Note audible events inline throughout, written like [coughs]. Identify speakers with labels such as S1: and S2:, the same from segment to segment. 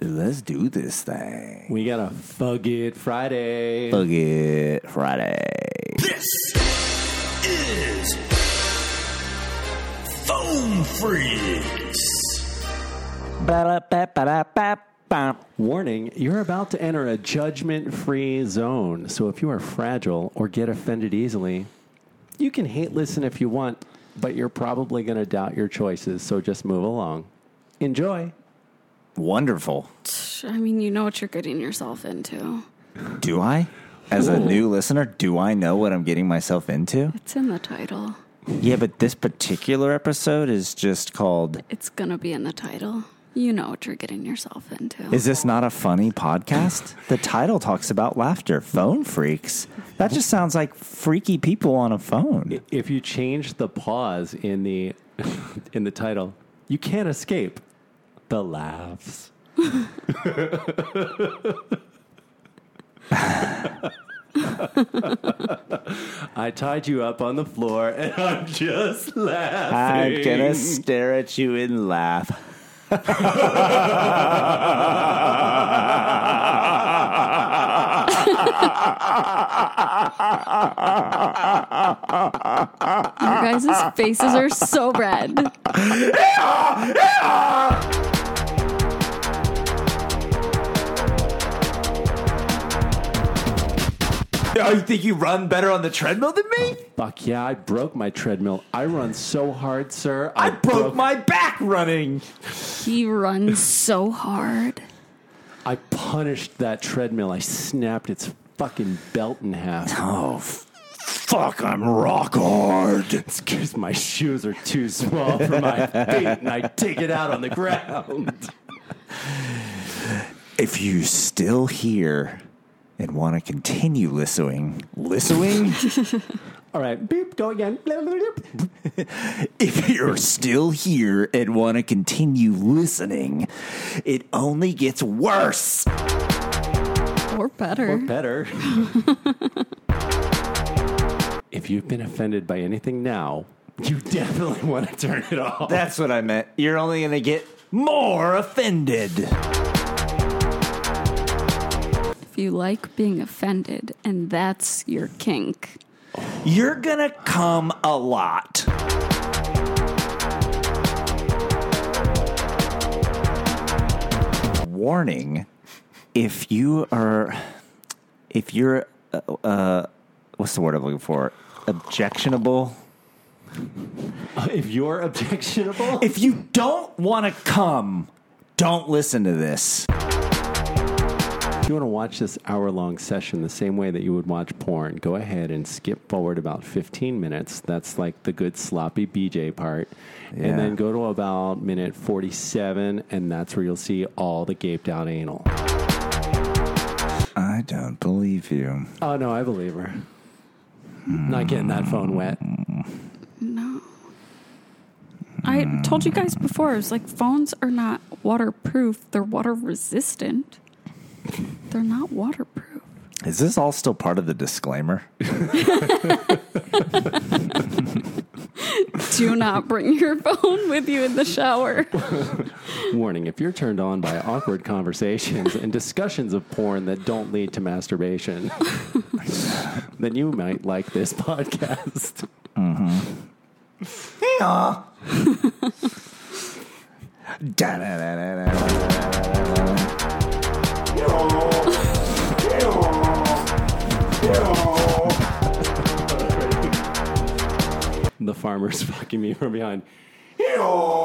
S1: Let's do this thing.
S2: We got a Fug It Friday.
S1: Fuck it, Friday.
S3: This is Foam Freaks.
S2: Warning, you're about to enter a judgment free zone. So if you are fragile or get offended easily, you can hate listen if you want, but you're probably going to doubt your choices. So just move along. Enjoy.
S1: Wonderful.
S4: I mean, you know what you're getting yourself into.
S1: Do I? As a new listener, do I know what I'm getting myself into?
S4: It's in the title.
S1: Yeah, but this particular episode is just called
S4: It's gonna be in the title. You know what you're getting yourself into.
S1: Is This Not a Funny Podcast? the title talks about laughter. Phone freaks. That just sounds like freaky people on a phone.
S2: If you change the pause in the [laughs] in the title, you can't escape the laughs. I tied you up on the floor and I'm just laughing.
S1: I'm gonna stare at you and laugh.
S4: You guys' faces are so red.
S1: Oh, you think you run better on the treadmill than me?
S2: Fuck yeah, I broke my treadmill. I run so hard, sir.
S1: I Oh, broke my back running.
S4: He runs so hard.
S2: I punished that treadmill. I snapped its fucking belt in half.
S1: Oh, f- fuck, I'm rock hard.
S2: Because my shoes are too small for my feet and I take it out on the ground.
S1: If you still here and want to continue listening, [laughs] listening?
S2: All right, beep, go again.
S1: if you're still here and want to continue listening, it only gets worse.
S4: Or better.
S2: Better. if you've been offended by anything now, you definitely want to turn it off.
S1: That's what I meant. You're only going to get more offended.
S4: if you like being offended and that's your kink.
S1: You're going to come a lot. Warning if you are, if you're, uh, uh, what's the word I'm looking for? Objectionable.
S2: if you're objectionable,
S1: If you don't want to come, don't listen to this.
S2: If you want to watch this hour long session the same way that you would watch porn, go ahead and skip forward about 15 minutes. That's like the good sloppy BJ part.
S1: Yeah.
S2: And then go to about minute 47, and that's where you'll see all the gaped out anal.
S1: I don't believe you.
S2: Oh, no, I believe her. Not getting that phone wet.
S4: I told you guys before, it's like phones are not waterproof, they're water resistant. They're not waterproof.
S1: Is this all still part of the disclaimer?
S4: Do not bring your [laughs] phone with you in the shower.
S2: Warning if you're turned on by awkward conversations and discussions of porn that don't lead to masturbation, [laughs] then you might like this [laughs] podcast.
S1: Yeah. Da-da-da-da-da-da-da-da-da.
S2: The farmer's fucking me from behind.
S1: [laughs]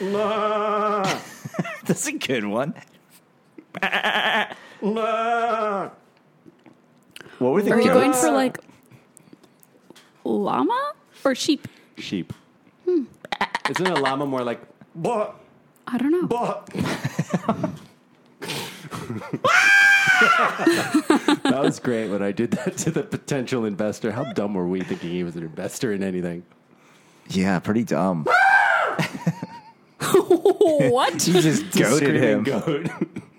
S1: That's a good one. What were the
S4: Are you
S1: goats?
S4: going for like llama or sheep?
S2: sheep. Isn't a llama more like bah,
S4: I don't know.
S2: bah? [laughs] that was great when I did that to the potential investor. How dumb were we thinking he was an investor
S1: [laughs]
S2: in anything?
S1: yeah, pretty dumb.
S4: [laughs] what?
S1: You just goaded
S2: Screaming
S1: him.
S2: Goat.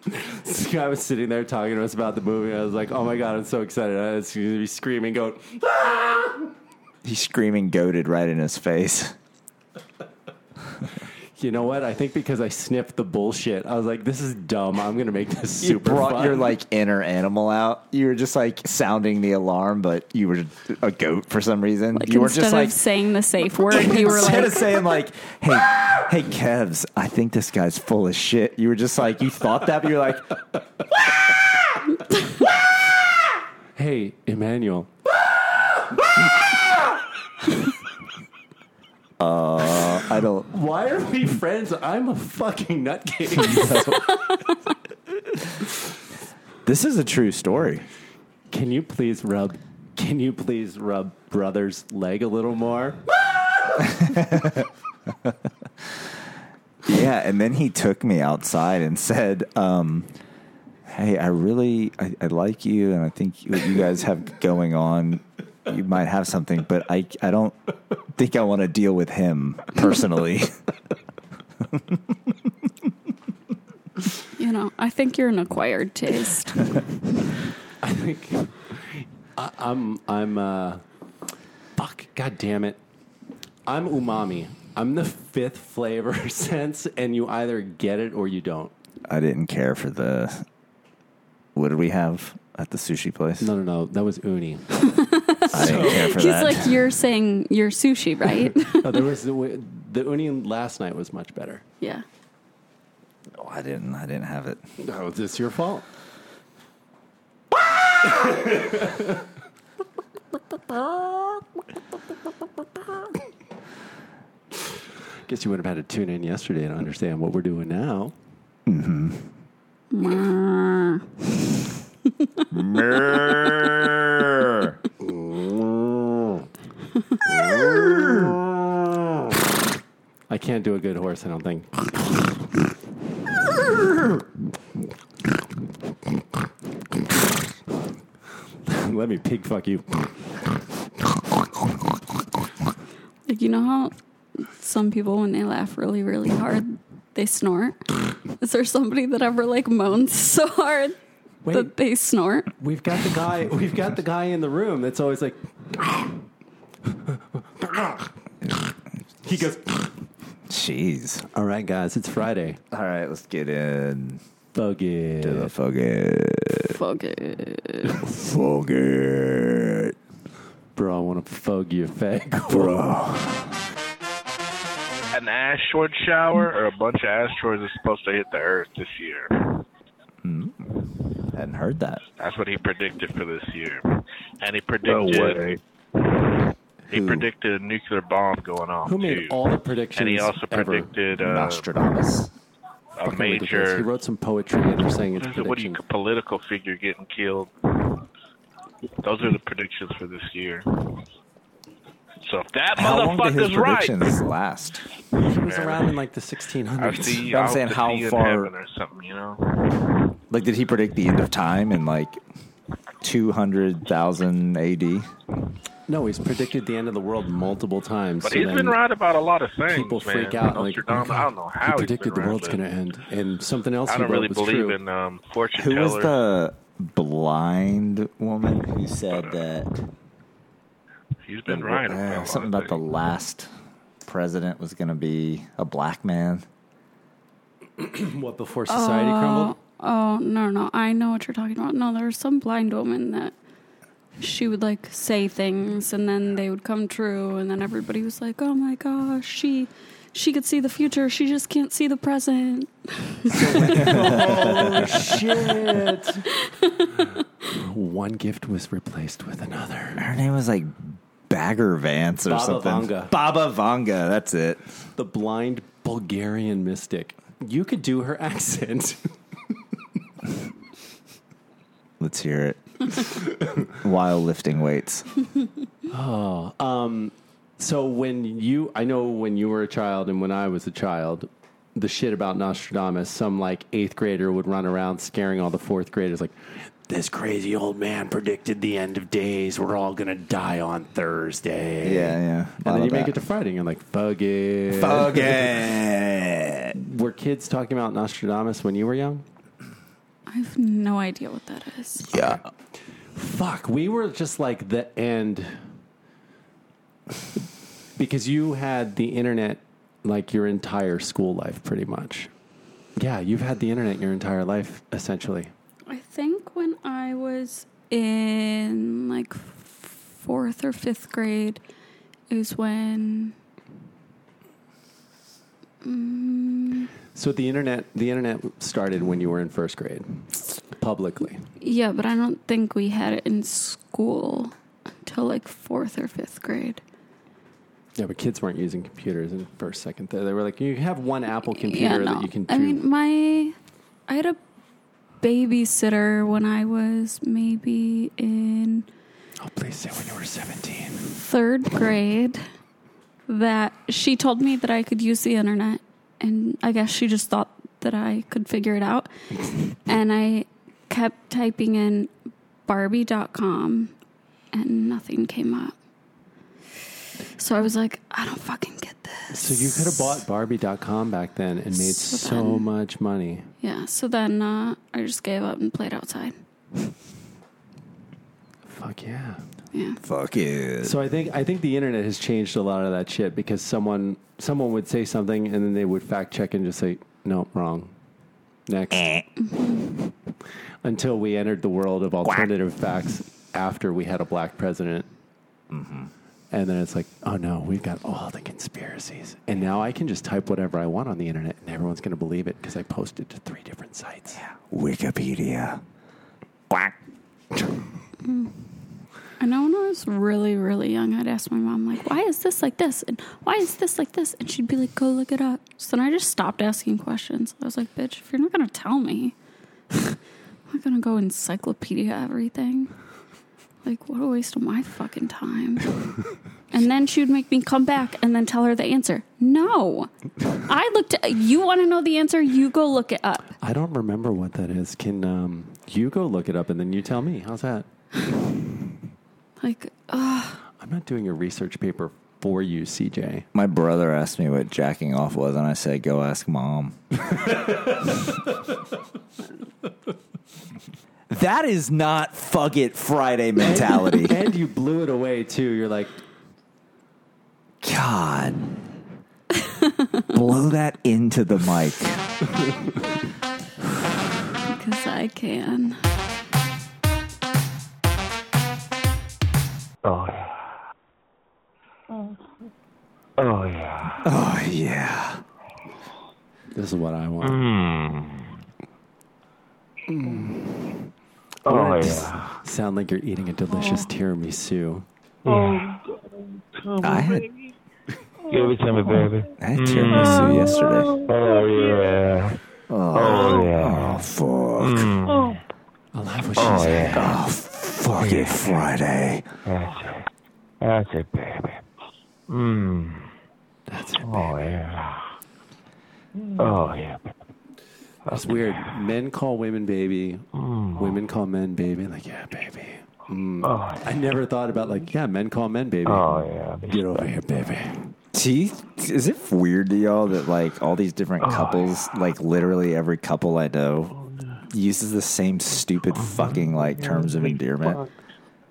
S2: [laughs] This guy was sitting there talking to us about the movie. I was like, "Oh my god, I'm so excited! I was going to be screaming goat."
S1: He's screaming goaded right in his face.
S2: you know what? I think because I sniffed the bullshit, I was like, this is dumb. I'm going to make this
S1: You
S2: super
S1: brought
S2: fun.
S1: your like inner animal out. You were just like sounding the alarm, but you were a goat for some reason.
S4: Like,
S1: you were
S4: instead
S1: just like
S4: of saying the safe word, you were
S1: instead
S4: like,
S1: of saying
S4: [laughs]
S1: like, "Hey, hey, Kevs, I think this guy's full of shit." You were just like, you thought that, but you're like,
S2: hey, Emmanuel.
S1: "I don't."
S2: Why are we friends? I'm a fucking nutcase.
S1: [laughs] This is a true story.
S2: can you please rub? Can you please rub brother's leg a little more?
S1: Yeah, and then he took me outside and said, um, "Hey, I really I, I like you, and I think what you guys have going on, you might have something, but I I don't think I want to deal with him
S4: [laughs]
S1: personally." [laughs]
S4: you know, I think you're an acquired taste.
S2: I think I, I'm I'm uh fuck god damn it. I'm umami. I'm the fifth flavor [laughs] sense and you either get it or you don't.
S1: I didn't care for the. What did we have at the sushi place?
S2: No no no, that was uni.
S1: I didn't care for
S4: He's
S1: that.
S4: like, you're saying your
S1: [laughs]
S4: sushi, right? [laughs]
S2: No, there was the, w- the uni last night was much better.
S4: yeah.
S1: No, I didn't. I didn't have it.
S2: No, it's your fault. Guess you would have had to tune in yesterday to understand what we're doing now. I can't do a good horse, I don't think. [laughs] Let me pig fuck you.
S4: Like, you know how some people, when they laugh really, really hard, they snort? Is there somebody that ever, like, moans so hard that
S2: Wait,
S4: they snort?
S2: we've got the guy. We've got the guy in the room that's always like. he goes.
S1: Jeez.
S2: All right, guys, it's Friday.
S1: All right, let's get in
S2: Fuck
S1: to
S2: it.
S1: the fucking
S4: Fuck it.
S1: fuck it,
S2: Bro, I want to fuck you, fag. [laughs]
S1: bro.
S5: an asteroid shower or a bunch of asteroids is supposed to hit the Earth this year.
S1: Hadn't heard that.
S5: That's what he predicted for this year, and he predicted he
S1: Who?
S5: predicted a nuclear bomb going off.
S2: Who made
S5: too.
S2: all the predictions?
S5: And he also
S2: ever?
S5: predicted uh,
S1: Nostradamus.
S5: a
S2: Fucking ridiculous. He
S5: major
S2: wrote some poetry and they're saying it's
S5: what is it, what do you
S2: predictions.
S5: political figure getting killed. Those are the predictions for this year. So if that
S1: How long did his
S5: motherfucker's right,
S1: predictions last?
S2: He was around in like the
S5: I
S2: 1600s.
S5: see.
S1: I'm
S5: I hope
S1: saying
S5: to
S1: how
S5: see you in
S1: far-
S5: heaven or something, you know.
S1: Like, did he predict the end of time in like two hundred thousand A.D.?
S2: No, he's predicted the end of the world multiple times.
S5: But
S2: so
S5: he's been
S2: then
S5: right about a lot of things.
S2: People
S5: man.
S2: freak out like
S5: Nostradamus, I don't know how
S2: he
S5: he's
S2: predicted
S5: been
S2: the
S5: right,
S2: world's
S5: but
S2: going to end, and something else.
S5: I
S2: he
S5: don't
S2: wrote
S5: really
S2: was
S5: believe
S2: true.
S5: in um, fortune
S1: Who was
S5: tellers.
S1: the blind woman who said that
S5: He's been
S1: uh,
S5: right. about a lot
S1: something
S5: of
S1: about the
S5: things.
S1: last president was going to be a black man?
S2: what before society crumbled.
S4: Oh, no, no. I know what you're talking about. No, there was some blind woman that she would, like, say things and then they would come true. And then everybody was like, oh my gosh, she. She could see the future. She just can't see the present.
S2: Oh shit! [laughs] One gift was replaced with another.
S1: Her name was like Bagger Vance or
S2: Baba
S1: something.
S2: Vanga.
S1: Baba Vanga. That's it.
S2: The blind Bulgarian mystic. You could do her [laughs] accent.
S1: Let's hear it.
S2: [laughs]
S1: While lifting weights.
S2: So when you, I know when you were a child and when I was a child, the shit about Nostradamus, some like eighth grader would run around scaring all the fourth graders like, this crazy old man predicted the end of days. We're all gonna die on Thursday.
S1: Yeah, yeah.
S2: And then you make it to Friday and you're like, fuck it.
S1: [laughs]
S2: [laughs]
S1: Fuck it.
S2: Were kids talking about Nostradamus when you were young?
S4: I have no idea what that is.
S1: Yeah.
S2: Fuck, we were just like the end. Because you had the internet like your entire school life, pretty much. Yeah, you've had the internet your entire life, essentially.
S4: I think when I was in like fourth or fifth grade is when mm,
S2: So the internet, the internet started when you were in first grade, publicly.
S4: yeah, but I don't think we had it in school until like fourth or fifth grade.
S2: Yeah, but kids weren't using computers in first, second, third. They were like, you have one Apple computer that you can.
S4: I
S2: do-
S4: mean, my I had a babysitter when I was maybe in
S2: oh, please say when you were seventeen.
S4: third grade that she told me that I could use the internet, and I guess she just thought that I could figure it out. and I kept typing in Barbie.com, and nothing came up. So I was like, I don't fucking get this.
S2: So you could have bought Barbie.com back then and made so,
S4: then-
S2: much money.
S4: Yeah, so then uh, I just gave up and played outside.
S2: Fuck yeah.
S4: Yeah.
S1: Fuck it.
S2: So I think I think the internet has changed a lot of that shit because someone someone would say something and then they would fact check and just say no wrong. Next.
S1: Eh.
S2: Until we entered the world of alternative facts after we had a black president. And then it's like, oh no, we've got all the conspiracies. And now I can just type whatever I want on the internet and everyone's going to believe it because I posted to three different sites.
S1: Wikipedia.
S4: I know when I was really, really young, I'd ask my mom, like, why is this like this? And why is this like this? And she'd be like, go look it up. So then I just stopped asking questions. I was like, bitch, if you're not going to tell me, [laughs] I'm not going to go encyclopedia everything. Like, what a waste of my fucking [laughs] time. and then she would make me come back and then tell her the answer. No. I looked at, you want to know the answer? You go look it up.
S2: I don't remember what that is. Can um, you go look it up and then you tell me? How's that?
S4: Like,
S2: I'm not doing a research paper for you, CJ.
S1: My brother asked me what jacking off was, and I said, "Go ask mom." that is not fuck it Friday mentality.
S2: [laughs] and you blew it away too. You're like,
S1: God, blow that into the mic.
S4: because I can.
S5: Oh yeah. Oh yeah.
S1: Oh yeah.
S2: this is what I want.
S5: Oh
S2: It
S5: yeah. Oh.
S2: just Sound like you're eating a delicious tiramisu.
S1: I had
S5: Give it to me, baby.
S1: I had tiramisu yesterday.
S5: Mm. Oh yeah. Oh yeah. Mm.
S1: Oh fuck.
S2: I'll have what she's had.
S1: Oh fuck it Friday.
S5: That's it. That's it, baby. Mmm.
S2: That's it.
S5: Oh yeah. Oh yeah.
S2: It's weird. Men call women baby. Women call men baby. Like, yeah, baby.
S5: Hmm.
S2: Hmm.
S5: Oh
S2: I never thought about like, yeah, men call men baby.
S5: Oh yeah.
S2: Get over here, baby.
S1: Do you, is it weird to y'all that like all these different couples, like literally every couple I know, uses the same stupid fucking like terms of endearment?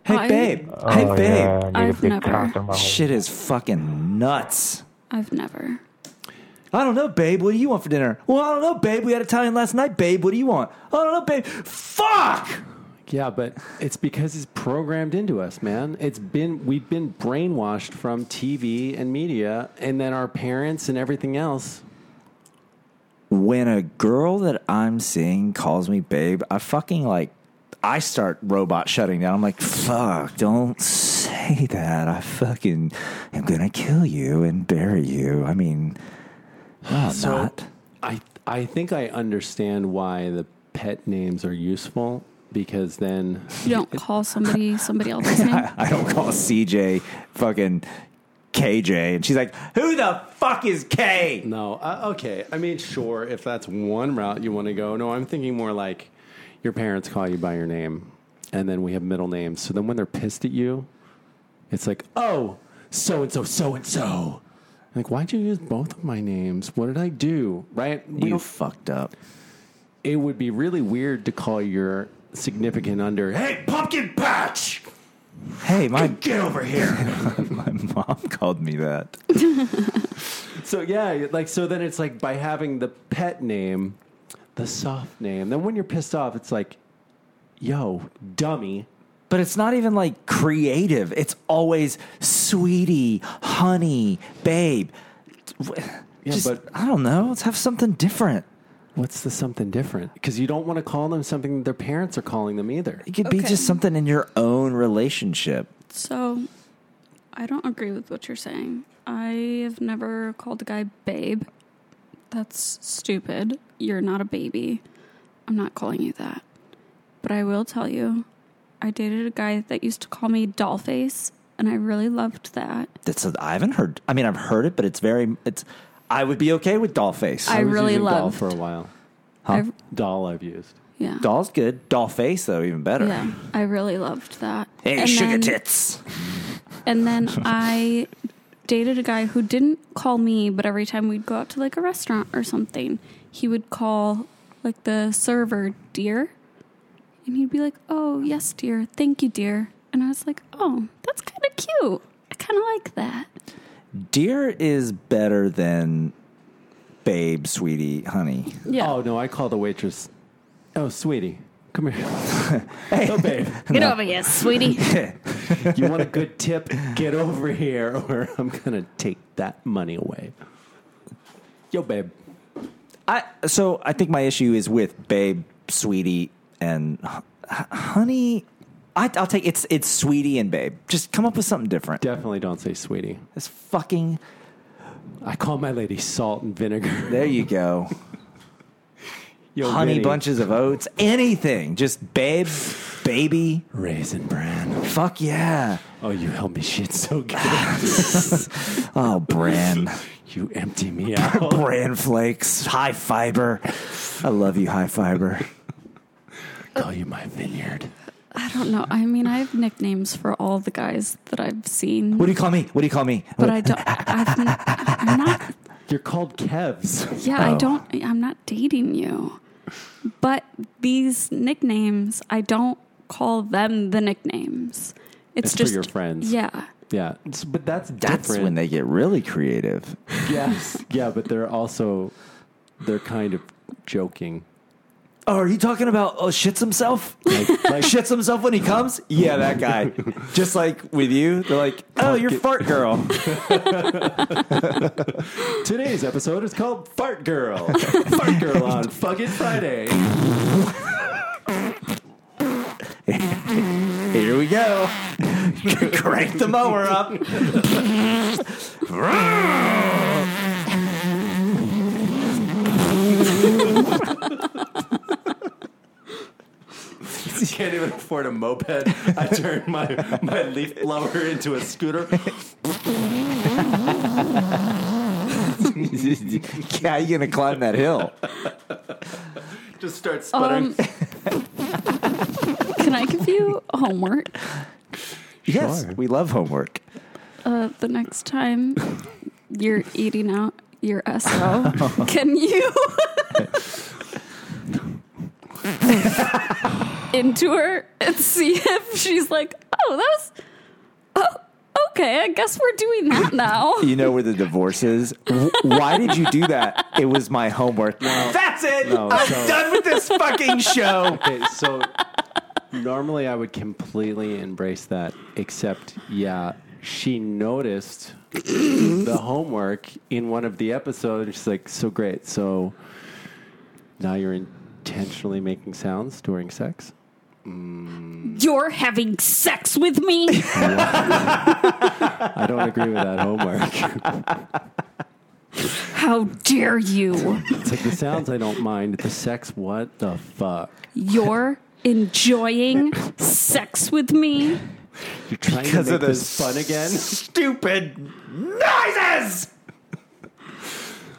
S1: Hey
S4: I-
S1: babe, hey
S5: Oh,
S1: babe,
S5: yeah. Need a
S4: I've
S5: big
S4: never-
S5: cock in my hole.
S1: shit is fucking nuts.
S4: I've never.
S1: I don't know, babe. What do you want for dinner? Well, I don't know, babe. We had Italian last night, babe. What do you want? I don't know, babe. Fuck.
S2: Yeah, but it's because it's programmed into us, man. It's been we've been brainwashed from TV and media, and then our parents and everything else.
S1: when a girl that I'm seeing calls me babe, I fucking like I start robot shutting down. I'm like, fuck, don't say that. I fucking am gonna kill you and bury you. I mean no, I'm
S2: So
S1: not. [laughs]
S2: I I think I understand why the pet names are useful because then
S4: You don't call somebody somebody [laughs] else's name.
S1: I don't call CJ fucking KJ and she's like, Who the fuck is K?
S2: no, uh, okay. I mean, sure, if that's one route you want to go. No, I'm thinking more like your parents call you by your name, and then we have middle names. So then when they're pissed at you, it's like, oh, so and so, so and so. Like, why'd you use both of my names? What did I do? Right? We
S1: You
S2: don't-
S1: fucked up.
S2: it would be really weird to call your significant under, hey, pumpkin patch,
S1: Hey, my
S2: get over here.
S1: [laughs] my mom called me that.
S2: So yeah, like so then it's like by having the pet name, the soft name. Then when you're pissed off, it's like, yo, dummy.
S1: But it's not even like creative. It's always sweetie, honey, babe. Just,
S2: but-
S1: I don't know. Let's have something different.
S2: What's the something different? Because you don't want to call them something their parents are calling them either.
S1: It could be
S4: Okay.
S1: just something in your own relationship.
S4: So, I don't agree with what you're saying. I have never called a guy babe. That's stupid. You're not a baby. I'm not calling you that. But I will tell you, I dated a guy that used to call me dollface, and I really loved that.
S1: That's I I haven't heard. I mean, I've heard it, but it's very. It's. I would be okay with Dollface.
S4: I
S2: was
S4: really
S2: using doll
S4: loved-
S2: for a while.
S4: I
S2: Doll I've used.
S4: yeah.
S1: Doll's good. Dollface though, even better.
S4: Yeah, I really loved that.
S1: Hey,
S4: And
S1: sugar
S4: then-
S1: tits. [laughs]
S4: And then I dated a guy who didn't call me, but every time we'd go out to like a restaurant or something, he would call like the server, dear. And he'd be like, oh, yes, dear. Thank you, dear. And I was like, oh, that's kind of cute. I kind of like that.
S1: Deer is better than babe, sweetie, honey. [laughs]
S4: Yeah.
S2: Oh no, I called the waitress. Oh, sweetie. Come
S4: [laughs]
S2: here. Oh, babe.
S4: Get over here, sweetie.
S2: You want a good tip? Get over here, [laughs] or I'm gonna take that money away. Yo, babe.
S1: I so I think my issue is with babe, sweetie, and h- honey. I, I'll take it's it's sweetie and babe. Just come up with something different.
S2: Definitely don't say sweetie.
S1: It's fucking.
S2: I call my lady salt and vinegar.
S1: There you go.
S2: [laughs] Yo,
S1: honey
S2: Vinny.
S1: bunches of oats. Anything. Just babe, baby.
S2: Raisin bran.
S1: Fuck yeah.
S2: Oh, you help me shit so good.
S1: Oh, bran,
S2: [laughs] you empty me [laughs] out.
S1: bran flakes, high fiber. I love you, high fiber.
S2: call you my vineyard.
S4: I don't know. I mean, I have nicknames for all the guys that I've seen,
S1: What do you call me? What do you call me?
S4: but I don't. I've, I'm not
S2: You're called Kevs.
S4: Yeah,
S1: Oh.
S4: I don't. I'm not dating you. But these nicknames, I don't call them the nicknames. It's,
S2: It's for
S4: just
S2: your friends.
S4: Yeah,
S2: Yeah, it's- but that's
S1: That's
S2: different.
S1: when they get really creative.
S2: yes, [laughs] yeah, but they're also they're kind of joking.
S1: Oh, are you talking about oh shits himself?
S2: Like, like
S1: shits himself when he comes? Yeah, that [laughs] guy. Just like with you, they're like, oh, you're fart [laughs] girl.
S2: Today's episode is called Fart Girl. Fart Girl on fucking Friday.
S1: Here we [laughs] go. Crank the mower up.
S2: You [laughs] can't even afford a moped. I turned my, my leaf blower into a scooter.
S1: [laughs] yeah, you're gonna climb that hill.
S2: Just start sputtering.
S4: Um, can I give you homework
S1: Yes,
S2: Sure.
S1: we love homework.
S4: uh, the next time you're eating out your SO?
S2: [laughs]
S4: can you into her and see if she's like, oh, that was. Oh, okay. I guess we're doing that now.
S1: You know where the divorce is. W- Why did you do that? It was my homework. That's it.
S2: No,
S1: I'm
S2: so-
S1: done with this fucking [laughs] show.
S2: okay, so normally I would completely embrace that, except, yeah, she noticed the homework in one of the episodes. And she's like, so great. So now you're intentionally making sounds during sex?
S4: You're having sex with me?
S2: I don't agree with that homework.
S4: How dare you?
S2: It's like the sounds I don't mind. The sex, what the fuck?
S4: You're enjoying sex with me?
S2: You're trying
S1: Because
S2: to make
S1: of this
S2: this fun again,
S1: Stupid noises.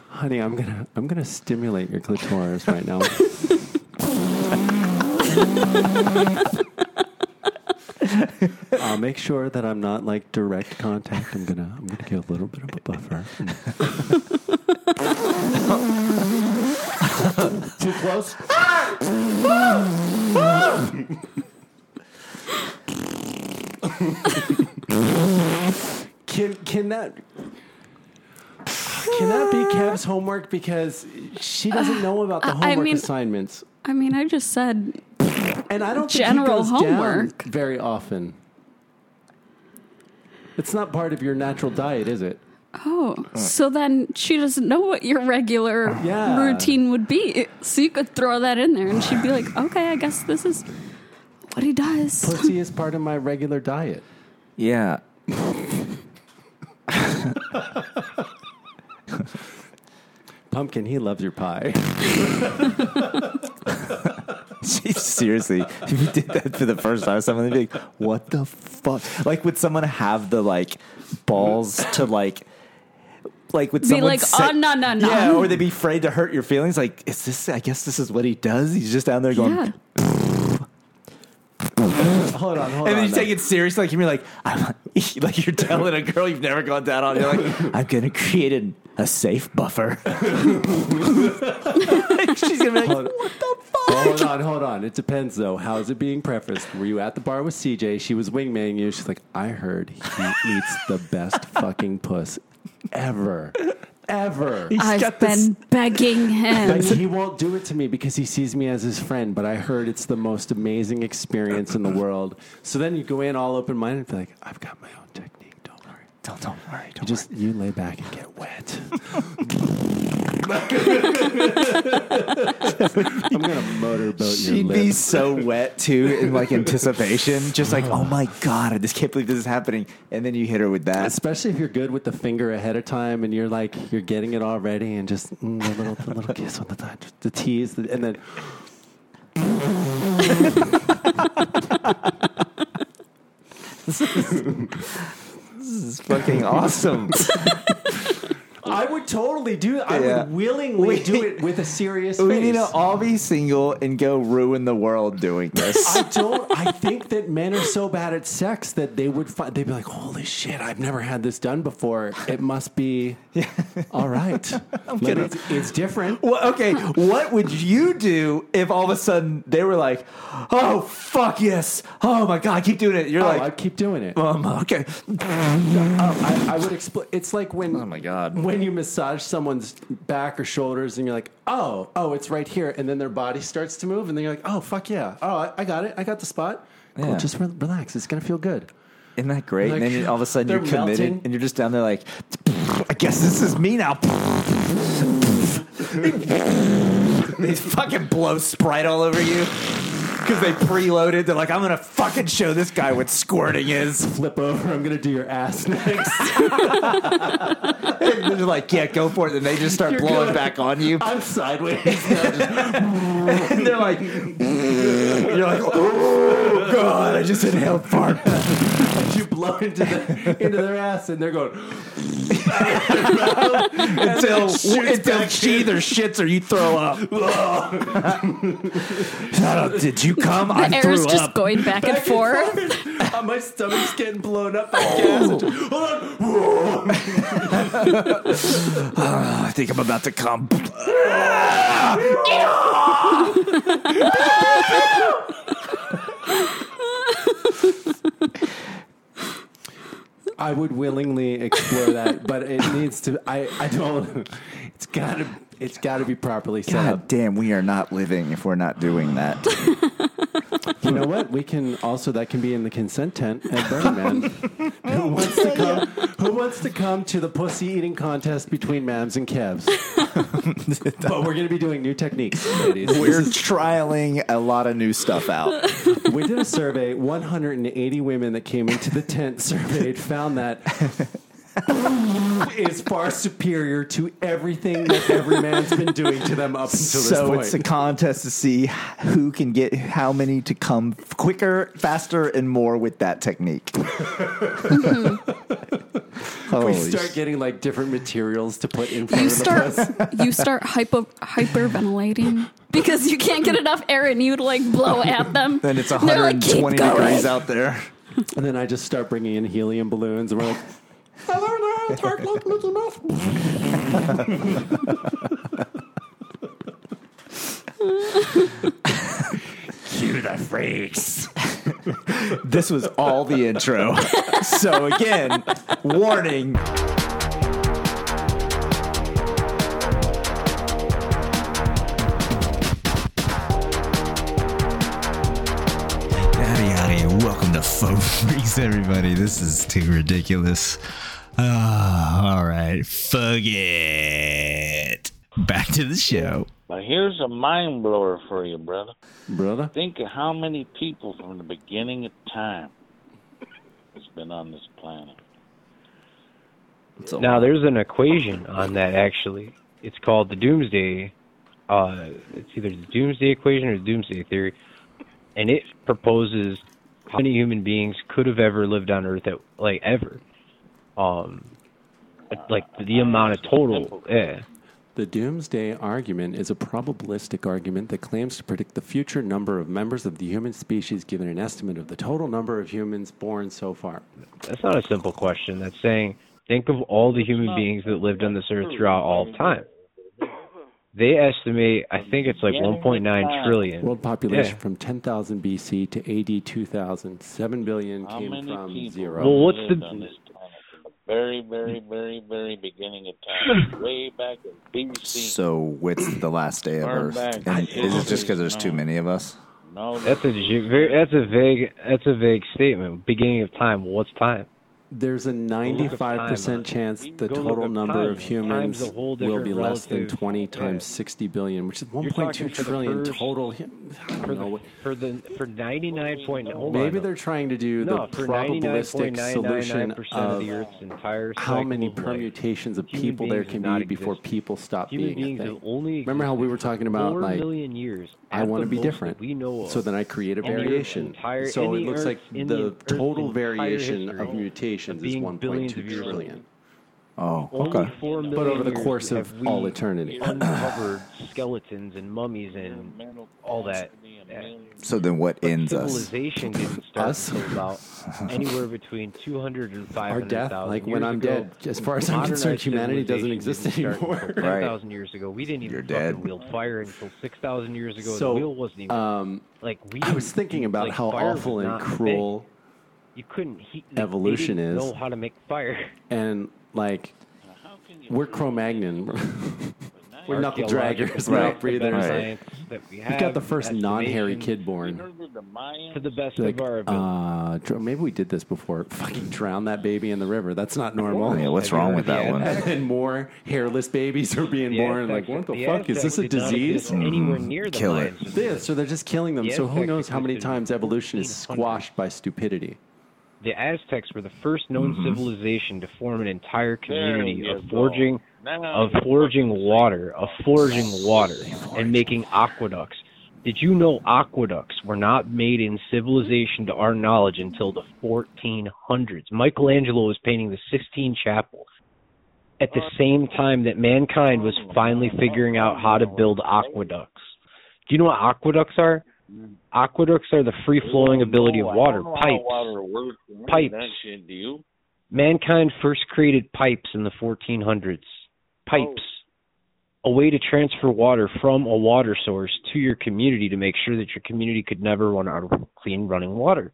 S2: honey. I'm gonna I'm gonna stimulate your clitoris right [laughs] now. I'll Uh, make sure that I'm not like direct contact. I'm gonna I'm gonna get a little bit of a buffer. Too close.
S1: Ah!
S2: Can can that Can that be Kev's homework? Because she doesn't know about the
S4: I- I
S2: homework
S4: mean-
S2: assignments.
S4: I mean, I just said
S2: And I don't
S4: General
S2: think he goes down
S4: homework.
S2: very often. It's not part of your natural diet, is it?
S4: oh, So then she doesn't know what your regular
S2: Yeah.
S4: routine would be. So you could throw that in there and she'd be like, okay, I guess this is what he does.
S2: Pussy is part of my regular diet.
S1: Yeah.
S2: Pumpkin, he loves your pie.
S1: [laughs] Seriously, if you did that for the first time, someone would be like, "What the fuck?" Like, would someone have the like balls to like, like would
S4: Be
S1: someone
S4: like,
S1: say-
S4: oh, no, no, no.
S1: yeah, or they'd be afraid to hurt your feelings? Like, is this? I guess this is what he does. He's just down there going,
S4: Yeah.
S2: [laughs] hold on, hold
S1: and
S2: on.
S1: then you take it seriously. Like, you're like, I'm [laughs] e-" like you're telling a girl you've never gone down on. You're like, [laughs] I'm gonna create an, a safe [laughs] buffer. She's gonna be like,
S2: Hold- [laughs] Hold on, hold on. It depends, though. How is it being prefaced? Were you at the bar with CJ? She was wingman you. She's like, I heard [laughs] he eats the best fucking puss ever, ever.
S1: He's
S4: I've
S1: got this-
S4: been begging him.
S2: Like, he won't do it to me because he sees me as his friend, but I heard it's the most amazing experience in the world. So then you go in all open minded and be like, I've got my own technique. Don't worry.
S1: Don't, don't worry,
S2: You
S1: don't
S2: just you lay back and get wet. [laughs] I'm gonna motorboat your
S1: She'd be
S2: lips.
S1: so wet too, in
S2: [laughs]
S1: like anticipation, just like, oh my god, I just can't believe this is happening. And then you hit her with that.
S2: Especially if you're good with the finger ahead of time and you're like you're getting it already and just mm, a little a little kiss on the tongue, just the tease, the, and then
S1: This is
S2: [laughs]
S1: fucking awesome.
S2: I would totally do. I
S1: Yeah.
S2: would willingly
S1: We-
S2: do it with a serious.
S1: we
S2: face.
S1: need to all be single and go ruin the world doing this.
S2: I don't. I think that men are so bad at sex that they would. Fi- they'd be like, "Holy shit! I've never had this done before. It must [laughs] be all [laughs] right. Like,
S1: gonna-
S2: it's, it's different."
S1: [laughs] well, okay, what would you do if all of a sudden they were like, oh fuck yes, oh my god, keep doing it? You're
S2: Oh, I
S1: like,
S2: keep doing it.
S1: um, okay,
S2: I, I would explain. It's like when
S1: oh my god.
S2: when you massage someone's back or shoulders, and you're like, "Oh, oh, it's right here," and then their body starts to move, and then you're like, "Oh, fuck yeah! Oh, I, I got it. I got the spot. Cool.
S1: Yeah.
S2: Just re- relax. It's gonna feel good."
S1: Isn't that great?
S2: Like,
S1: and then you- all of a sudden
S2: they're
S1: you're committed
S2: melting.
S1: and you're just down there like, I guess this is me now. they fucking blow Sprite all over you because they preloaded. They're like, I'm going to fucking show this guy what squirting is. [laughs]
S2: Flip over. I'm gonna do your ass next.
S1: And they're like, yeah, go for it. And they just start
S2: You're
S1: blowing
S2: good.
S1: back on
S2: [laughs]
S1: you.
S2: I'm sideways.
S1: And they're like, you're like, oh, God, I just inhaled fart. [laughs]
S2: you blow into, the, into their ass and they're going,
S1: until until she either shits or you throw
S2: [laughs]
S1: up. Shut up! Did you come? I
S4: the air is
S1: threw
S4: just
S1: up.
S4: going back, and forth.
S2: oh, my stomach's getting blown up by gas.
S1: I think I'm about to come.
S2: I would willingly explore that, but it needs to, I, I don't, it's gotta, it's gotta be properly
S1: [laughs]
S2: set
S1: God
S2: up.
S1: damn, we are not living if we're not doing
S2: [laughs]
S1: that.
S2: You know what? We can also, that can be in the consent tent at Burning Man. who wants to come, [laughs] who wants to come to the pussy eating contest between Mams and Kevs? [laughs] but we're gonna be doing new techniques, ladies.
S1: We're trialing a lot of new stuff
S2: [laughs]
S1: out.
S2: We did a survey. 180 women that came into the tent surveyed found
S1: [laughs]
S2: that is far superior to everything that every man's been doing to them up until
S1: So
S2: this
S1: it's a
S2: point.
S1: contest to see who can get how many to come quicker, faster, and more with that
S2: [laughs]
S1: technique. [laughs] Holy
S2: we start
S1: sh-
S2: getting like different materials to put in front
S4: You
S2: of
S4: start
S2: the bus. [laughs]
S4: you start hypo, hyperventilating because you can't get enough air and you like blow
S2: [laughs]
S4: at them.
S1: then it's
S4: Ththey're like, "Keep
S1: 120
S4: going."
S1: degrees out there.
S2: And then I just start bringing in helium balloons and we're like, hello there, talk like Mickey Mouse.
S1: Cue the freaks. this was all the intro. so again, warning.
S6: phone freaks, everybody. This is too ridiculous. Ah, all right, fuck it. Back to the show.
S7: But here's a mind blower for you, brother.
S2: brother.
S7: Think of how many people from the beginning of time has been on this planet.
S8: Now there's an equation on that actually. It's called the Doomsday. Uh, it's either the Doomsday equation or the Doomsday theory, and it proposes how many human beings could have ever lived on Earth at like ever. Um, like the amount of total. eh, Yeah.
S2: The doomsday argument is a probabilistic argument that claims to predict the future number of members of the human species given an estimate of the total number of humans born so far.
S8: That's not a simple question. That's saying think of all the human beings that lived on this earth throughout all time. They estimate, I think it's like 1.9 trillion.
S2: World population
S8: Yeah.
S2: from 10,000 BC to AD 2000, 7 billion
S7: How
S2: came
S7: many
S2: from
S7: people
S2: zero.
S8: Well, what's
S7: lived
S8: the-
S7: on this planet from the very, very, very, very beginning of
S8: [clears throat]
S7: time, way back in BC?
S1: So what's the last day of
S7: Far
S1: Earth?
S7: back.
S1: And is it just because there's too many of us?
S7: no,
S8: That's a ju- very, that's a vague that's a vague statement. Beginning of time. What's time?
S2: There's a 95% chance the
S8: Go look
S2: total
S8: up
S2: number
S8: time.
S2: of humans
S8: Time's a whole
S2: will
S8: different
S2: be less than
S8: relative-
S2: 20
S8: yeah.
S2: times 60 billion, which is
S8: talking
S2: 1.2
S8: for the
S2: trillion
S8: first-
S2: total. hum- I don't
S8: For
S2: know
S8: the
S2: what-
S8: for the for 99 point. hold on.
S2: Maybe they're trying to do
S8: no,
S2: the
S8: for
S2: probabilistic solution
S8: 99.999% of
S2: of
S8: the Earth's entire
S2: how many
S8: cycle of life.
S2: permutations of
S8: Human
S2: people there
S8: beings
S2: can
S8: do not
S2: be before
S8: exist.
S2: people stop
S8: Human
S2: being
S8: beings
S2: a
S8: have
S2: thing.
S8: only
S2: Remember how we were
S8: existed
S2: talking about
S8: four
S2: like
S8: million years.
S2: I
S8: At
S2: want to
S8: the
S2: be
S8: most that
S2: different.
S8: We know of.
S2: so then I create a
S8: In the
S2: variation.
S8: Earth's entire-
S2: so
S8: in
S2: it
S8: the
S2: looks like
S8: Earth's- in
S2: the
S8: Earth's
S2: total
S8: entire
S2: variation
S8: history
S2: of mutations is
S8: being billions
S2: 1.2
S8: of years old.
S2: trillion.
S1: Oh,
S8: Only
S1: okay.
S8: four million
S2: But over the
S8: years
S2: course of
S8: have we
S2: all eternity. [clears throat]
S8: uncovered skeletons and mummies and all that.
S1: So then what ends us?
S2: [laughs]
S8: Civilization didn't start
S2: Us?
S8: until about anywhere between 200 and 500,000
S2: Our death, like
S8: years
S2: when I'm
S8: ago.
S2: dead, as far as I'm
S8: Modernized
S2: concerned, humanity doesn't
S8: civilization
S2: exist
S8: didn't start
S2: anymore.
S8: until 10,000 years ago. We didn't even
S1: You're
S8: fucking
S1: dead.
S8: wield fire until 6,000 years ago.
S2: So,
S8: the wheel wasn't even
S2: Um,
S8: like we.
S2: I was
S8: didn't-
S2: thinking about
S8: like,
S2: how
S8: fire was
S2: awful and
S8: not a thing.
S2: cruel
S8: You couldn't heat. like, they
S2: evolution
S8: didn't
S2: is.
S8: Know how to make fire.
S2: and like we're Cro-Magnon. [laughs] we're not the
S8: Archaeological
S2: draggers,
S1: Right.
S2: we're not breathers.
S8: science that we
S2: We
S8: have.
S2: got the first non-hairy
S8: estimations,
S2: kid born.
S7: Remember the Mayans?
S8: To the best
S2: Like,
S8: of our ability.
S2: uh, dr- maybe we did this before. [laughs] Fucking drown that baby in the river. That's not normal.
S1: Yeah, what's wrong with that one?
S2: [laughs] and more hairless babies are being
S8: The
S2: born. Like,
S8: Aztecs-
S2: what the, fuck?
S8: Aztecs
S2: Is this a
S8: did not
S2: disease? Mm-hmm.
S8: exist Anywhere near the
S1: Kill
S8: Mayans.
S1: it.
S8: Just
S2: This, so they're just killing them.
S8: The
S2: so who
S8: Aztecs
S2: knows how many
S8: existed
S2: times evolution is
S8: 1400.
S2: squashed by stupidity?
S8: The Aztecs were the first known civilization to form an entire
S7: Mm-hmm.
S8: community
S7: There
S8: of
S7: you
S8: forging
S7: go. Now
S8: of
S7: you're
S8: forging
S7: fucking
S8: water, of forging water and making aqueducts. Did you know aqueducts were not made in civilization to our knowledge until the 1400s? Michelangelo was painting the Sistine Chapel at the same time that mankind was
S7: Oh.
S8: finally figuring out how to build aqueducts. Do you know what aqueducts are? Aqueducts are the free flowing ability of
S7: No, Mm. I
S8: water,
S7: don't know how
S8: pipes.
S7: Water works. I don't
S8: Pipes.
S7: know That shit, do you?
S8: Mankind first created pipes in the 1400s. Pipes. A way to transfer water from a water source to your community to make sure that your community could never run out of clean running water.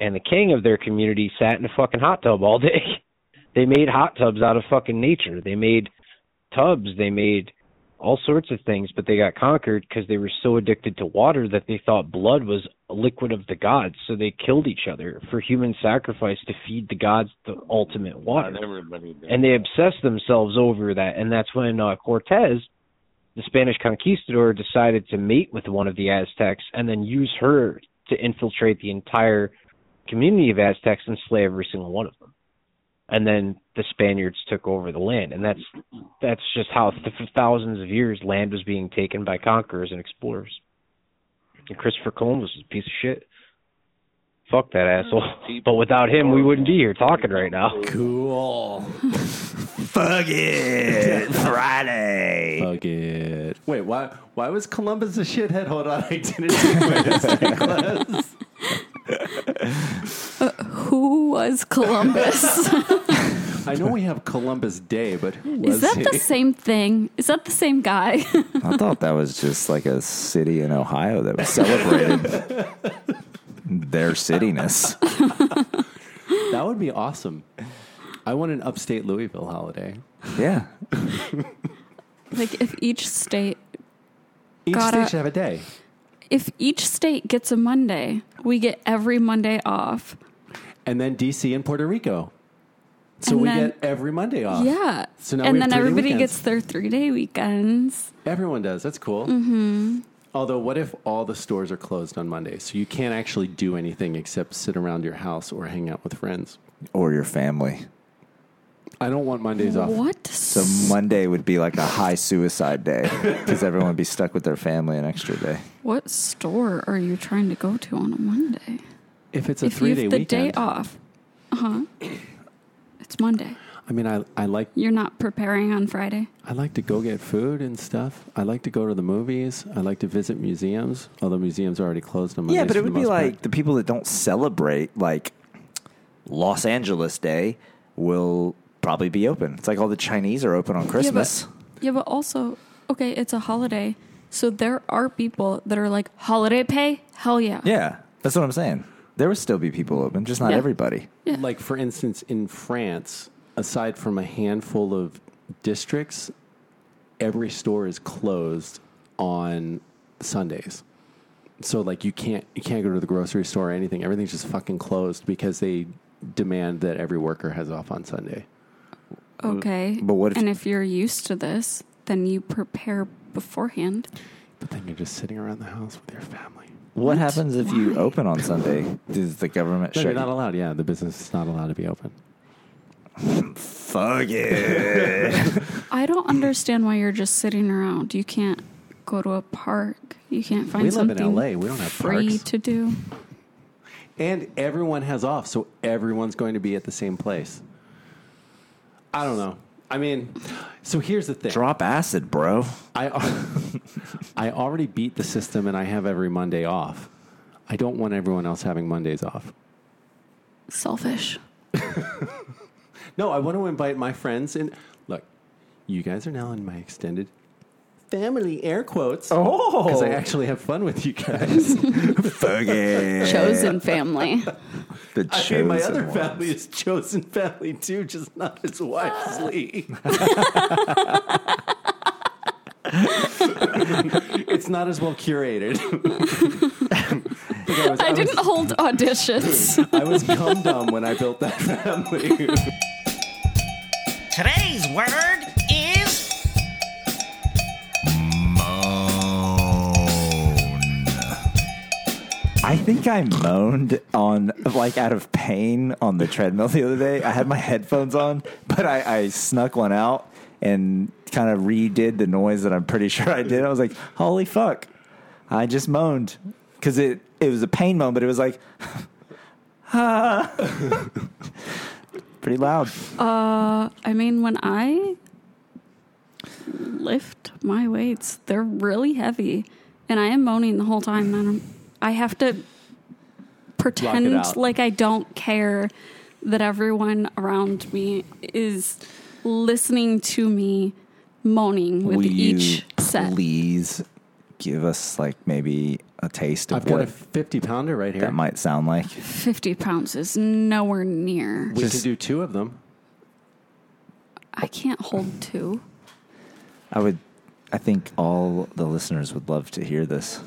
S8: And the king of their community sat in a fucking hot tub all day. [laughs] they made hot tubs out of fucking nature. They made tubs. They made all sorts of things, but they got conquered because they were so addicted to water that they thought blood was a liquid of the gods. So they killed each other for human sacrifice to feed the gods the ultimate water.
S7: Not everybody does.
S8: And they obsessed themselves over that. And that's when uh, Cortez, the Spanish conquistador, decided to mate with one of the Aztecs and then use her to infiltrate the entire community of Aztecs and slay every single one of them. And then the Spaniards took over the land, and that's that's just how th- for thousands of years land was being taken by conquerors and explorers. And Christopher Columbus was a piece of shit. Fuck that asshole. But without him, we wouldn't be here talking right now.
S2: Cool.
S6: Fuck it. Friday.
S2: Fuck it. Wait, why? Why was Columbus a shithead? Hold on, I didn't take my history class.
S4: Who
S2: [laughs]
S4: was Columbus?
S2: [laughs] I know we have Columbus Day, but who was
S4: Is that
S2: he? [laughs]
S4: the same thing? Is that the same guy? [laughs]
S1: I thought that was just like a city in Ohio that was [laughs] celebrated their cityness.
S2: That would be awesome. I want an upstate Louisville holiday.
S1: Yeah.
S4: like if each state
S2: Each
S4: Gotta-
S2: state should have a day.
S4: if each state gets a Monday, we get every Monday off.
S2: and then DC and Puerto Rico. So
S4: And
S2: we
S4: then-
S2: get every Monday off.
S4: Yeah.
S2: So now we
S4: and
S2: have
S4: then
S2: three-day
S4: everybody
S2: weekends.
S4: gets their three day weekends.
S2: Everyone does. That's cool. Mm-hmm. Although, what if all the stores are closed on Monday, so you can't actually do anything except sit around your house or hang out with friends?
S1: or your family.
S2: I don't want Mondays off.
S4: What?
S1: So Monday would be like a high suicide day because everyone would be stuck with their family an extra day.
S4: What store are you trying to go to on a Monday?
S2: If it's a
S4: if you
S2: three-day
S4: have the
S2: weekend,
S4: day off, uh huh, [coughs] it's Monday.
S2: I mean, I, I like
S4: You're not preparing on Friday.
S2: I like to go get food and stuff. I like to go to the movies. I like to visit museums, although museums are already closed on Mondays.
S1: yeah, but
S2: for
S1: it
S2: the
S1: would be
S2: most part.
S1: like the people that don't celebrate like Los Angeles Day will probably be open. It's like all the Chinese are open on Christmas.
S4: Yeah, but also, okay, it's a holiday. So there are people that are like, holiday pay? Hell yeah.
S1: Yeah, that's what I'm saying. There would still be people open, just not
S4: Yeah.
S1: everybody.
S2: like for instance in france aside from a handful of districts every store is closed on sundays so like you can't you can't go to the grocery store or anything everything's just fucking closed because they demand that every worker has off on sunday
S4: Okay.
S1: But what if-
S4: and if you're used to this, then you prepare beforehand.
S2: but then you're just sitting around the house with your family
S1: What, happens if you open on Sunday? Does the government
S2: no,
S1: shut
S2: you're
S1: you?
S2: not allowed yeah the business is not allowed to be open
S1: Fuck
S4: [laughs]
S1: it.
S2: [coughs]
S4: I don't understand why you're just sitting around. You can't go to a park. You can't find
S2: We live in
S4: something
S2: LA. We don't have
S4: free
S2: parks.
S4: to do.
S2: and everyone has off so everyone's going to be at the same place i don't know i mean so here's the thing
S1: Drop acid, bro.
S2: I, al- [laughs] I already beat the system and I have every Monday off. I don't want everyone else having Mondays off.
S4: Selfish.
S2: No, I want to invite my friends and look, you guys are now in my extended family air quotes. Oh, because I actually have fun with you guys.
S1: Fuck
S2: Eh.
S1: it.
S2: [laughs]
S4: Chosen family.
S1: The
S2: I mean, my
S1: chosen
S2: other
S1: one.
S2: family is chosen family too, just not as
S4: [laughs]
S2: wisely. it's not as well [laughs] curated. I think was-
S4: I
S2: was-
S4: didn't hold
S2: [laughs]
S4: auditions.
S2: I was cum dumb when I built that family.
S3: Today's word is
S1: I think I moaned on like out of pain on the treadmill the other day. I had my headphones on, but I, I snuck one out and kind of redid the noise that I'm pretty [laughs] sure I did. I was like, "Holy fuck!" I just moaned because it it was a pain moan, but it was like, [laughs] "Ah." pretty loud.
S4: I mean, when I lift my weights, they're really heavy, and I am moaning the whole time. And I'm, I have to pretend
S2: out.
S4: like I don't care that everyone around me is listening to me moaning with
S1: Will
S4: each
S1: you
S4: set.
S1: please give us like maybe a taste of
S2: I've got a
S1: what
S2: 50 pounder right here.
S1: that might sound like?
S4: Fifty pounds is nowhere near.
S2: we can
S1: Just-
S2: do two of them.
S4: I can't hold two.
S1: I would. I think all the listeners would love to hear this.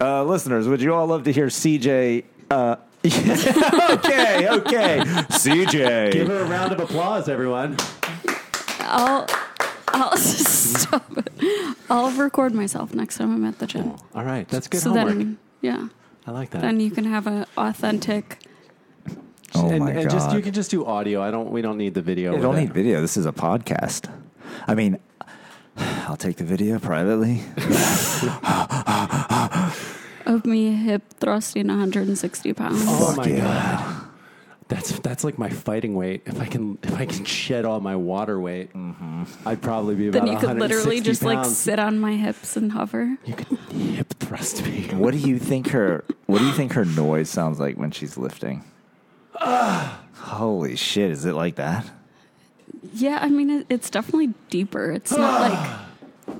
S1: Uh, listeners, would you all love to hear CJ? Uh, [laughs] okay, okay,
S2: Give
S1: CJ.
S2: her a round of applause, everyone.
S4: I'll, I'll [laughs] stop it. I'll record myself next time I'm at the gym.
S2: All right, that's good
S4: so
S2: homework.
S4: then, yeah.
S2: I like that.
S4: then you can have an authentic.
S1: Oh
S2: and
S1: my
S2: and
S1: god!
S2: just you can just do audio. I don't. We don't need the video.
S1: You
S2: with
S1: don't
S2: it.
S1: need video. This is a podcast. I mean, I'll take the video privately.
S4: Of me hip thrusting 160 pounds.
S2: Oh
S1: Fuck
S2: my
S1: yeah.
S2: god. That's that's like my fighting weight. If I can if I can shed all my water weight, I'd probably be about.
S4: then you could literally
S2: 160
S4: just like
S2: pounds.
S4: sit on my hips and hover.
S2: You could hip thrust [laughs] me.
S1: What do you think her? What do you think her noise sounds like when she's [sighs] lifting? Holy shit! Is it like that?
S4: Yeah, I mean, it, it's definitely deeper.
S2: [gasps]
S4: It's not like.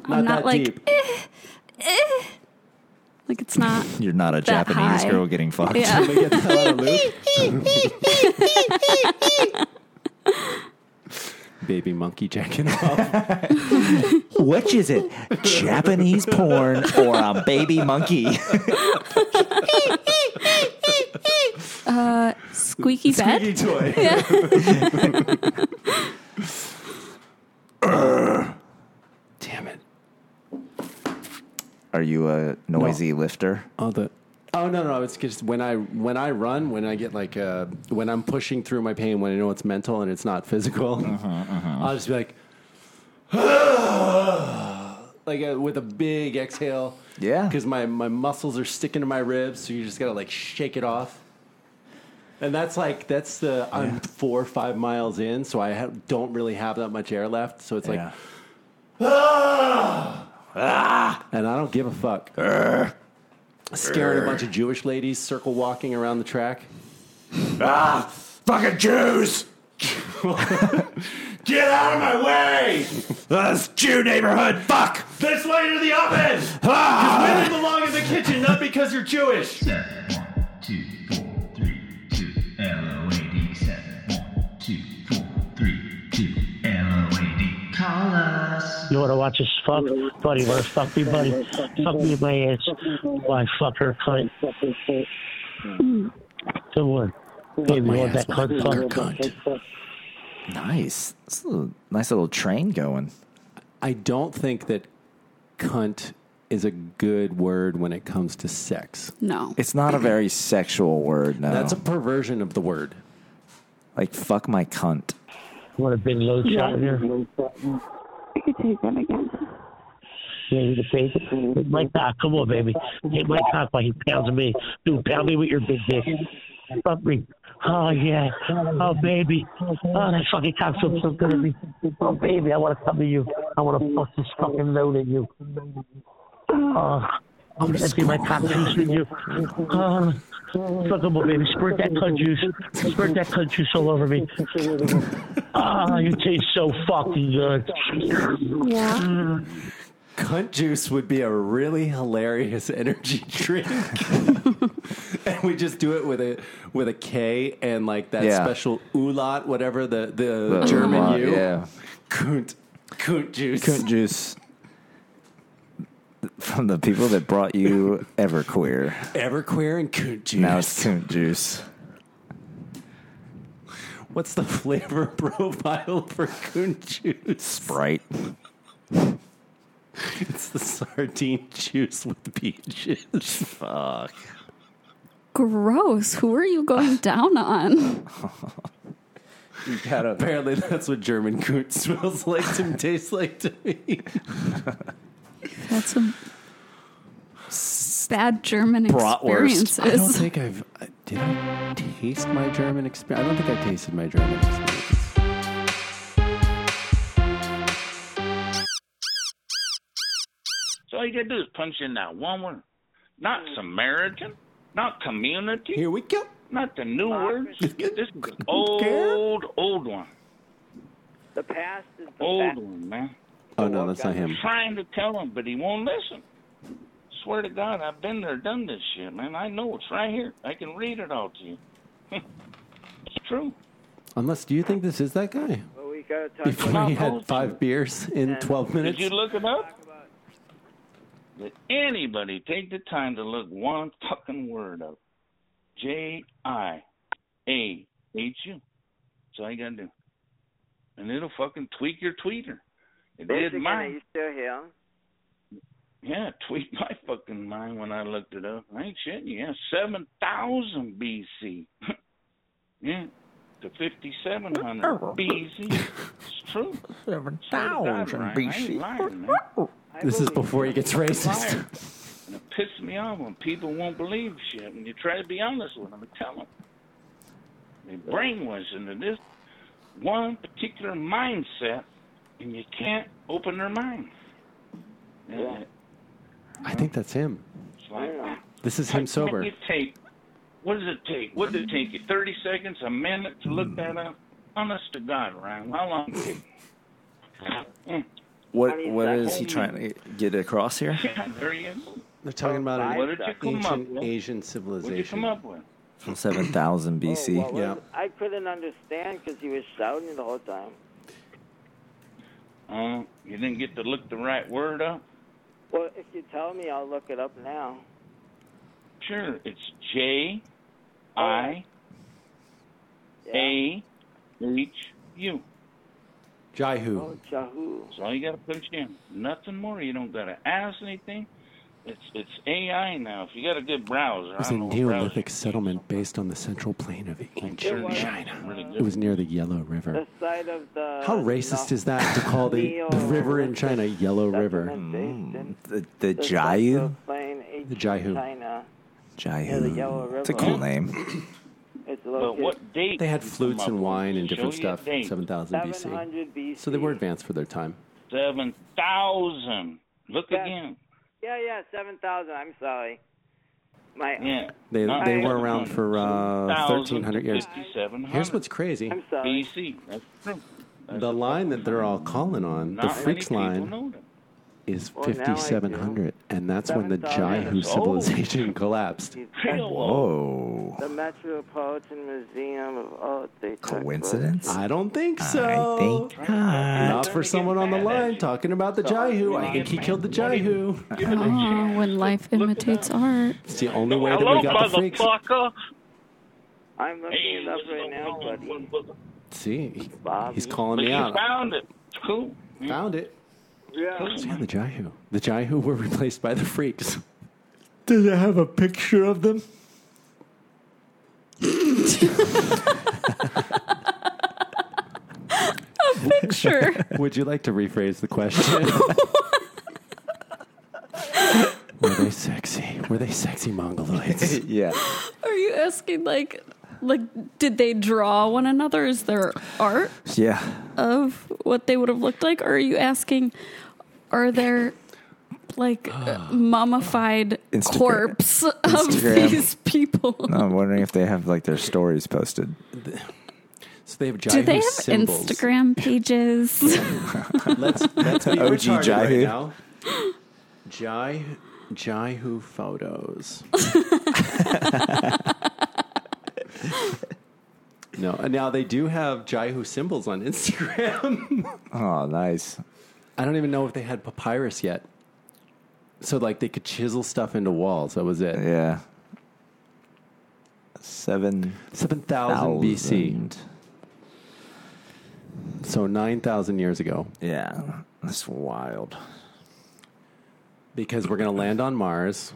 S4: I'm
S2: that
S4: not like. "Eh,
S2: deep.
S4: Like, it's not.
S2: [laughs]
S1: You're not a
S4: That
S1: Japanese
S4: high.
S1: girl getting fucked.
S4: yeah.
S2: Let me get the hell out of Luke. [laughs] baby monkey jacking off.
S1: Which is it? Japanese porn or a baby monkey?
S4: [laughs] uh, squeaky bed.
S2: toy. [laughs] Damn it.
S1: Are you a noisy lifter?
S2: Oh the Oh no no! It's just when I when I run, when I get like uh, when I'm pushing through my pain, when I know it's mental and it's not physical, I'll just be like, [sighs] like uh with a big exhale.
S1: Yeah.
S2: because my my muscles are sticking to my ribs, so you just gotta like shake it off. And that's like that's the I'm four or five miles in, so I ha- don't really have that much air left. So it's like, and I don't give a fuck. Scaring a bunch of Jewish ladies circle walking around the track.
S1: "Ah, Fucking Jews!
S2: [laughs]
S1: Get out of my way! This Jew neighborhood, fuck! Ah.
S2: This way to the oven! Women belong in the kitchen, not because you're Jewish.
S9: two, four, three, two, L-O-A-D-seven. One, two, four, three, two, L-O-A-D. Call us.
S10: You want to watch us fuck? Buddy, want to fuck me, buddy? Fuck me in my ass. Why, fuck her cunt. Good one. Baby, you want that cunt fuck?
S1: Nice. It's a little, nice little train going.
S2: I don't think that cunt is a good word when it comes to sex.
S4: No.
S1: It's not
S2: [clears throat]
S1: a very sexual word, no.
S2: That's a perversion of the word.
S1: like, fuck my cunt.
S10: You want a big load shot in here?
S11: I could take that again.
S10: Yeah, you can take it. Hit my cock. Come on, baby. Hit my cock while he pounds me. Dude, pound me with your big dick. Fuck me. Oh, yeah. Oh, baby. Oh, that fucking cock feels so good at me. Oh, baby, I want to come to you. I want to fuck this fucking load at you. Oh, I'm going to empty my cock juice in you. Oh, fuck him up, baby. Squirt that cunt juice. Squirt that cunt juice all over me. Oh, you taste so fucking good.
S11: Yeah.
S2: Cunt juice would be a really hilarious [laughs] energy drink. and we just do it with a with a K and like that
S1: Yeah.
S2: special Ulat, whatever the, the, German
S1: Vermont,
S2: U.
S1: Yeah.
S2: Kunt. Kunt juice.
S1: Cunt juice. From the people that brought you Everqueer.
S2: Everqueer and kunt juice.
S1: Now it's cunt juice.
S2: What's the flavor [laughs] profile for kunt juice?
S1: Sprite.
S2: It's the sardine juice with peaches. Fuck.
S4: Gross. Who are you going down on?
S2: You gotta. Apparently, that's what German coot smells like
S7: [laughs]
S2: to tastes like to me.
S4: That's some bad German
S1: Bratwurst.
S2: I don't
S4: experiences.
S2: think I've. I- Did I taste my German experience? I don't think I tasted my German experience.
S7: So all you gotta do is punch in that one word. Not Samaritan, not community,
S2: Here we go.
S7: not the new words. This is
S10: [laughs]
S7: an
S2: Care?
S7: old, old one.
S10: The past is
S7: Old one, man.
S2: Oh, no, that's not him.
S7: Trying to tell him, but he won't listen. Swear to God, I've been there, done this shit, man. I know it's right here. I can read it all to you. [laughs] it's true.
S2: Unless, do you think this is that guy?
S10: Well, we gotta talk
S2: Before he had five beers in 12
S7: Did
S2: minutes?
S7: you look it up? Did anybody take the time to look one fucking word up? J I A H U. That's all you gotta do. And it'll fucking tweak your tweeter. It did mine.
S10: still here?
S7: Yeah, tweaked my fucking mind when I looked it up. I ain't shitting you. Yeah, 7,000 BC. [laughs] yeah, to 5,700 BC. It's true. 7,000 BC. I ain't lying, man.
S2: This is before he gets racist.
S7: Liar. And it pisses me off when people won't believe shit and you try to be honest with them and tell them. They brainwash into this one particular mindset and you can't open their mind. And it-
S2: I think that's him.
S7: It's like,
S2: This is him sober.
S7: It take, what does it take? What did it take you? 30 seconds, a minute to look that up? Honest to God, Ryan, how long did it take? Mm,
S1: What what is he trying to get across here?
S7: Mm, there you go.
S2: They're talking about an
S7: What did you come up
S2: ancient
S7: with?
S2: Asian
S7: What did you come
S2: civilization.
S7: up with?
S1: Seven thousand BC.
S12: Oh,
S2: Yeah.
S10: I couldn't understand because he was shouting the whole time.
S7: Uh, you didn't get to look the right word up?
S12: Well, if you tell me, I'll look it up now.
S7: Sure. It's J I A H U.
S2: Jaihu.
S12: Oh, Yahoo.
S7: That's all you got to put it in. Nothing more. You don't got to ask anything. It's it's AI now. If you got a good browser,
S2: It was a
S7: I don't know what browser
S2: Neolithic settlement based on the central plain of ancient
S7: was.
S2: China. It was near the Yellow River.
S12: The side of the.
S2: How racist is that to call the, the river in China Yellow River? Mm.
S1: The, the Jayu?
S12: Plain H-
S2: The Jaihu.
S12: China. Yeah, the Yellow
S1: Jaihu.
S12: River.
S1: It's a cool name.
S12: It's located.
S7: date?
S2: They had flutes and wine and different
S7: Show you
S2: stuff.
S7: a date.
S2: 7,000 BC.
S12: 700 BC.
S2: So they were advanced for their time.
S7: Seven thousand. Look again.
S12: Yeah, yeah, 7,000. I'm sorry. My.
S7: Yeah.
S2: They,
S12: Not
S2: they
S12: bad.
S2: were around for uh, 1,300 years.
S7: 5,700.
S2: Here's what's crazy.
S12: I'm sorry.
S7: BC. That's true.
S2: The line that they're all calling on, the
S7: Not many
S2: Freaks
S7: people
S2: line,
S7: know that.
S2: is
S7: Well, now I do.
S2: 5,700. And that's when the
S12: 7,000.
S2: Jaihu
S12: Oh.
S2: civilization
S7: [laughs]
S2: collapsed.
S1: Oh.
S2: Whoa.
S12: The Metropolitan Museum of Art. They took
S1: Coincidence?
S2: I don't think so.
S1: I think
S2: Not for someone on the line talking about the Jaihu. I think he killed the Jaihu.
S4: Ah, when life imitates [laughs] art.
S2: It's the only way that we got the freaks.
S12: I'm looking it up right now, buddy.
S2: See, he- he's calling me
S7: you
S2: out.
S7: found it. Cool.
S2: Found it.
S12: Yeah.
S2: Yeah, the Jaihu. The Jaihu were replaced by the freaks.
S1: Does it have a picture of them?
S4: A picture.
S2: Would you like to rephrase
S1: [laughs]
S2: the question? were they sexy? Were they sexy
S1: [laughs]
S2: mongoloids?
S1: yeah.
S4: Are you asking like like did they draw one another? Is there art
S1: Yeah.
S4: of what they would have looked like? Or are you asking are there like uh, mummified
S1: Instagram-
S4: corpse of
S1: Instagram.
S4: these people?
S1: [laughs] No, I'm wondering if they have like their stories posted.
S2: So they have Jaihu
S4: Do they have
S2: symbols.
S4: Instagram pages?
S2: Let's, let's be
S1: OG
S2: retarded right
S1: Jaihu.
S2: now. Jai, Jaihu photos. no, and now they do have Jaihu symbols on Instagram. [laughs]
S1: Oh, nice.
S2: I don't even know if they had papyrus yet. So like they could chisel stuff into walls. That was it.
S1: Yeah. Seven
S2: Seven thousand BC. So nine thousand years ago.
S1: Yeah. That's wild.
S2: because we're going to land on Mars.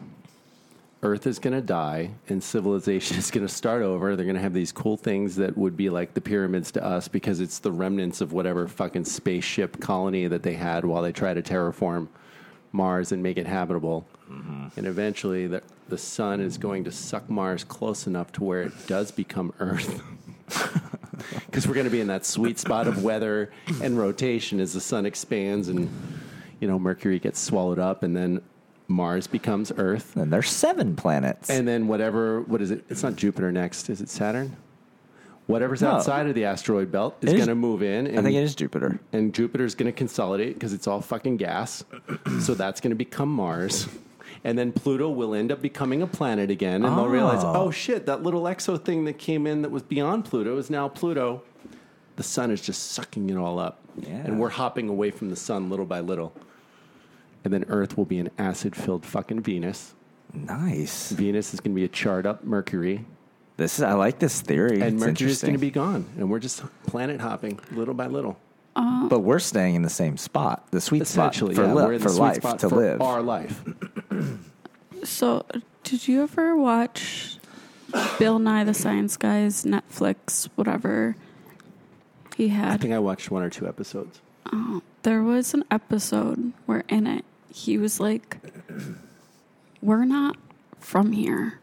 S2: Earth is going to die and civilization [laughs] is going to start over. They're going to have these cool things that would be like the pyramids to us because it's the remnants of whatever fucking spaceship colony that they had while they try to terraform Mars and make it habitable. And eventually the, the sun is going to suck Mars close enough to where it does become Earth. [laughs] Because we're going to be in that sweet spot of weather and rotation as the sun expands and, you know, Mercury gets swallowed up and then Mars becomes Earth.
S1: And there's seven planets.
S2: And then whatever, what is it? It's not Jupiter next. Is it Saturn? Whatever's
S1: No.
S2: outside of the asteroid belt is
S1: It is-
S2: going to move in. And,
S1: I think it is Jupiter.
S2: And Jupiter's going to consolidate because it's all fucking gas.
S1: [clears throat]
S2: so that's going to become Mars. And then Pluto will end up becoming a planet again. And they'll realize,
S1: Oh.
S2: oh shit, that little exo thing that came in that was beyond Pluto is now Pluto. The sun is just sucking it all up.
S1: Yeah.
S2: And we're hopping away from the sun little by little. And then Earth will be an acid filled fucking Venus.
S1: Nice.
S2: Venus is going to be a charred up Mercury,
S1: This is I like this theory. it's
S2: and Mercury is
S1: interesting.
S2: going to be gone, and we're just planet hopping little by little.
S1: but we're staying in the same spot, the sweet spot for,
S2: Essentially, yeah,
S1: li-
S2: we're in
S1: for
S2: the sweet
S1: life
S2: spot
S1: to
S2: for
S1: live.
S2: our life.
S4: [laughs] So, did you ever watch Bill Nye the Science Guy's Netflix, whatever he
S2: I
S4: had?
S2: think I watched one or two episodes.
S4: Oh, there was an episode where in it he was like, "We're not from here.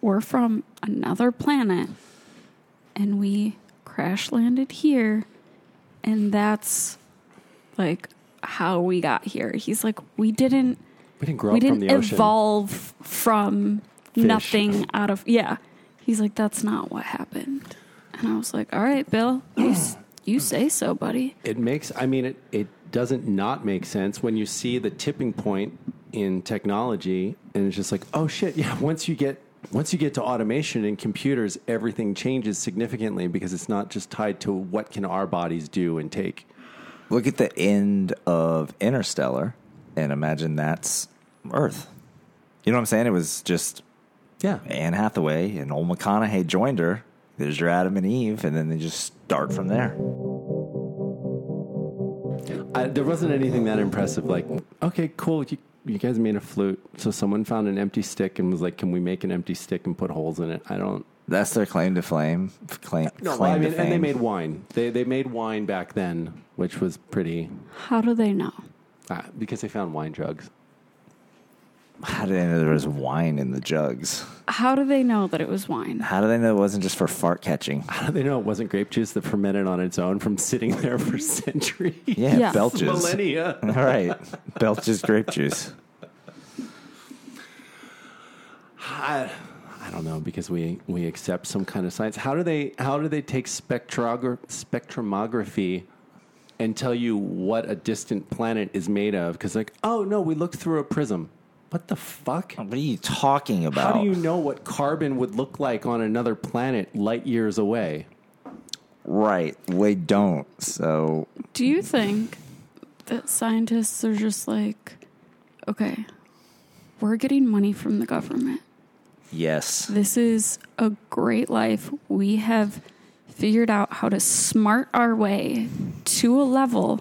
S4: We're from another planet, and we crash landed here, and that's like how we got here." He's like, "We didn't."
S2: We didn't grow
S4: we
S2: up
S4: didn't
S2: from the ocean.
S4: evolve from
S2: Fish.
S4: nothing out of yeah he's like that's not what happened and i was like all right bill you, s- you say so buddy
S2: It makes, I mean, it, it doesn't not make sense when you see the tipping point in technology, and it's just like, oh shit, yeah. [laughs] Once you get once you get to automation and computers, everything changes significantly because it's not just tied to what can our bodies do and take.
S1: Look at the end of Interstellar and imagine that's Earth. You know what I'm saying? It was just
S2: yeah,
S1: Anne Hathaway and old McConaughey joined her. There's your Adam and Eve, and then they just start from there.
S2: I, there wasn't anything that impressive. Like, okay, cool. You, you guys made a flute. So someone found an empty stick and was like, "Can we make an empty stick and put holes in it?" I don't.
S1: That's their claim to flame. Claim,
S2: No,
S1: claim
S2: I mean,
S1: to
S2: and they
S1: fame.
S2: made wine. They they made wine back then, which was pretty
S4: How do they know?
S2: uh, because they found wine drugs. [laughs]
S1: How do they know there was wine in the jugs?
S4: How do they know that it was wine?
S1: How do they know it wasn't just for fart catching?
S2: How do they know it wasn't grape juice that fermented on its own from sitting there for [laughs] centuries?
S1: Yeah,
S4: Yeah.
S1: [laughs] belches.
S2: Millennia.
S1: All right, belches grape juice.
S2: I, I don't know because we we accept some kind of science. How do they how do they take spectrogra- spectromography and tell you what a distant planet is made of? Because like, oh no, we looked through a prism. What the fuck?
S1: What are you talking about?
S2: How do you know what carbon would look like on another planet light years away?
S1: Right, they don't. So
S4: Do you think that scientists are just like, okay, we're getting money from the government.
S1: yes,
S4: This is a great life. We have figured out how to smart our way to a level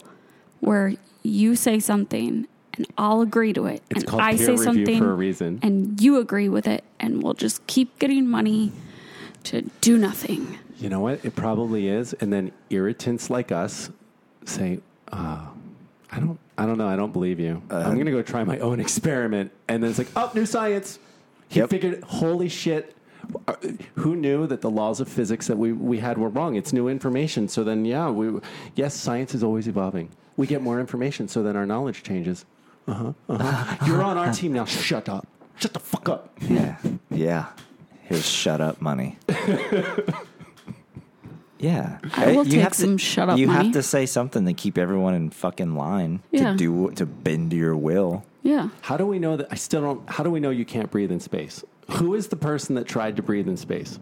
S4: where you say something and I'll agree to it.
S2: It's
S4: and
S2: called peer
S4: I say
S2: review
S4: something
S2: for a reason.
S4: And you agree with it and we'll just keep getting money to do nothing.
S2: You know what? It probably is. And then irritants like us say, uh, I don't, I don't know. I don't believe you. I'm going to go try my own experiment. And then it's like, oh, new science. He figured, holy shit. Uh, Who knew that the laws of physics that we, we had were wrong? It's new information. So then, yeah, we, yes, science is always evolving. We get more information. So then our knowledge changes. Uh-huh, uh-huh. [laughs] You're on our team now. Shut up. Shut the fuck up.
S1: yeah, yeah. Here's shut up [laughs] money. yeah,
S4: I will
S1: you
S4: take
S1: have to-
S4: some shut up
S1: You
S4: money.
S1: have to say something to keep everyone in fucking line
S4: Yeah.
S1: to do to bend to your will.
S4: Yeah.
S2: How do we know that? I still don't. How do we know you can't breathe in space? Who is the person that tried to breathe in space?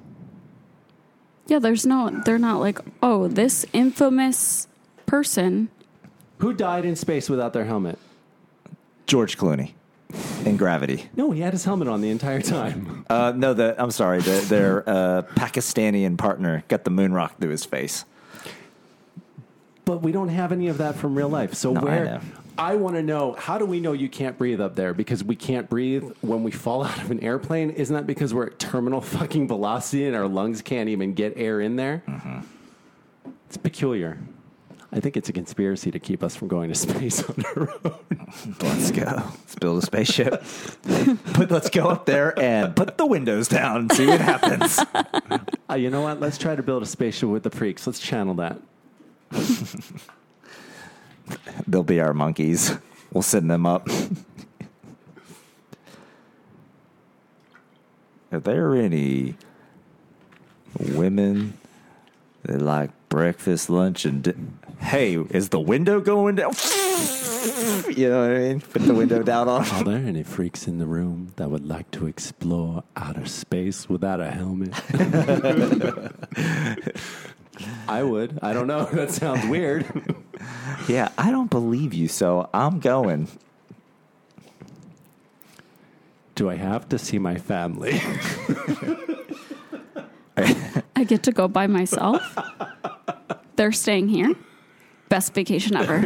S4: Yeah, there's no, they're not like, oh, this infamous person.
S2: Who died in space without their helmet?
S1: George Clooney in Gravity.
S2: No, he had his helmet on the
S1: [laughs]
S2: entire time.
S1: Uh, no, the I'm sorry, the, their uh, Pakistani partner got the moon rock through his face.
S2: But we don't have any of that from real life. So
S1: No, I know.
S2: where I, want to know how do we know you can't breathe up there? Because we can't breathe when we fall out of an airplane. Isn't that because we're at terminal [laughs] fucking velocity and our lungs can't even get air in there?
S1: Mm-hmm.
S2: It's peculiar. I think it's a conspiracy to keep us from going to space on our own.
S1: Let's go. Let's build a spaceship. but let's go up there and put the windows down. See what [laughs] happens.
S2: Uh, you know what? Let's try to build a spaceship with the freaks. Let's channel that.
S1: They'll be our monkeys. [laughs] We'll send them up. [laughs] Are there any women that like breakfast, lunch, and di- hey, is the window going down? [laughs] you know what I mean? Put the window down on.
S2: Are there any freaks in the room that would like to explore outer space without a helmet? [laughs] I would. I don't know. [laughs] That sounds weird.
S1: Yeah, I don't believe you, so I'm going.
S2: Do I have to see my [laughs] family?
S4: I get to go by myself. They're staying here. Best vacation ever.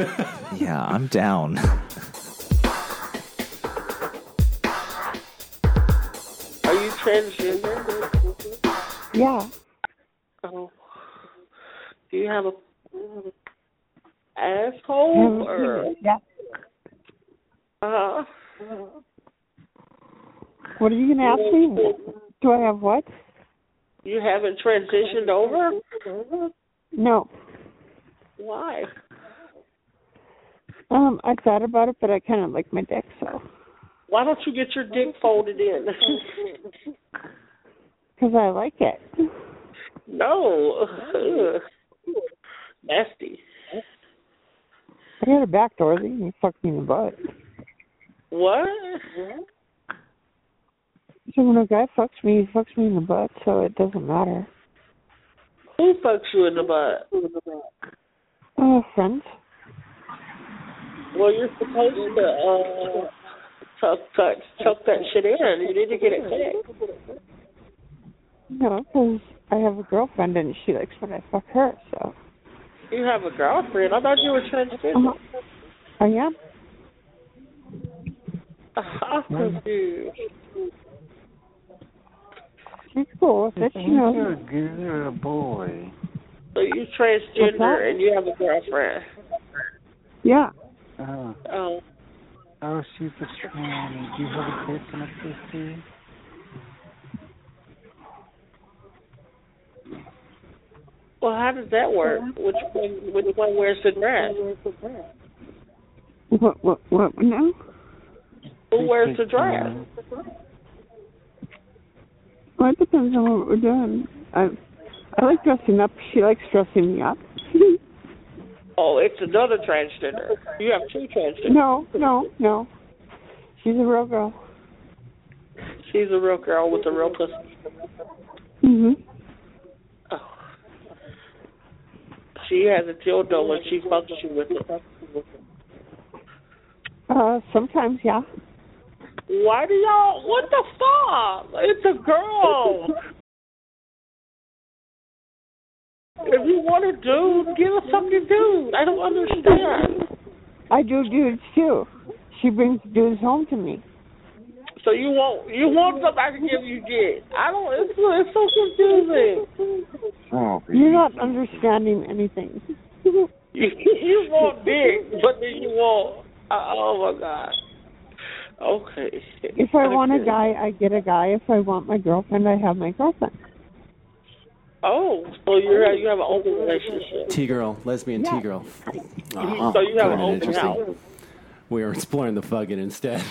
S1: Yeah, I'm down.
S12: Are you transgender?
S11: Yeah.
S12: Oh. Do you have a asshole or
S11: Yeah.
S12: uh?
S11: What are you going to ask me? Do I have what?
S12: You haven't transitioned over?
S11: No.
S12: Why?
S11: Um, I thought about it, but I kind of like my dick, so.
S12: Why don't you get your dick folded in?
S11: Because I like it.
S12: no. Ugh. Nasty.
S11: I got a back door that you can fuck me in the butt.
S12: What?
S11: So when a guy fucks me, he fucks me in the butt, so it doesn't matter.
S12: Who fucks you in the butt?
S11: Uh, friends.
S12: Well, you're supposed to uh, chuck, chuck, chuck that shit in. You need to get it fixed.
S11: No, because I have a girlfriend and she likes when I fuck her, so
S12: You have a girlfriend. I thought you were transgender.
S11: Uh-huh. I
S12: [laughs]
S11: am.
S12: I'm confused.
S11: She's cool with it. She knows.
S12: girl boy. So you're transgender
S11: that?
S12: and you have a girlfriend.
S11: Yeah.
S13: Oh,
S12: Oh,
S13: oh, she's a tranny. Do you have a dick and a pussy?
S12: well, how does that work? Which one? Which one wears the dress?
S11: What? What? What? No.
S12: Who wears the dress?
S11: Well, it depends on what we're doing. I I like dressing up. She likes dressing me up. [laughs]
S12: Oh, it's another transgender. You have two transgenders.
S11: No, no, no. She's a real girl.
S12: She's a real girl with a real pussy. Oh.
S11: Mhm.
S12: She has a dildo [laughs] and she fucks you with it.
S11: Uh, sometimes, yeah.
S12: Why do y'all? What the fuck? It's a girl. If you want a dude, give us fucking dude. I don't understand.
S11: I do dudes too. She brings dudes home to me.
S12: So you want you want somebody to give you dick? I don't. It's it's so confusing.
S11: Oh, You're not understanding anything.
S12: You, you want dick, but then you want. Uh, oh my god. Okay.
S11: If I want a guy, I get a guy. If I want my girlfriend, I have my girlfriend.
S12: Oh, so you're you have an open relationship.
S2: T girl, lesbian T girl.
S12: So you have an open house.
S2: We are exploring the fucking instead.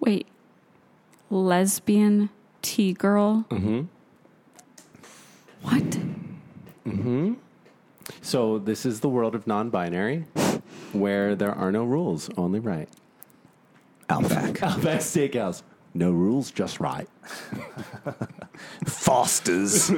S4: Wait, lesbian T girl?
S2: Mm-hmm.
S4: What?
S2: Mm-hmm. So this is the world of non-binary, where there are no rules, only [laughs] right.
S1: [laughs] Outback.
S2: Outback Steakhouse. No rules, just right.
S1: Foster's.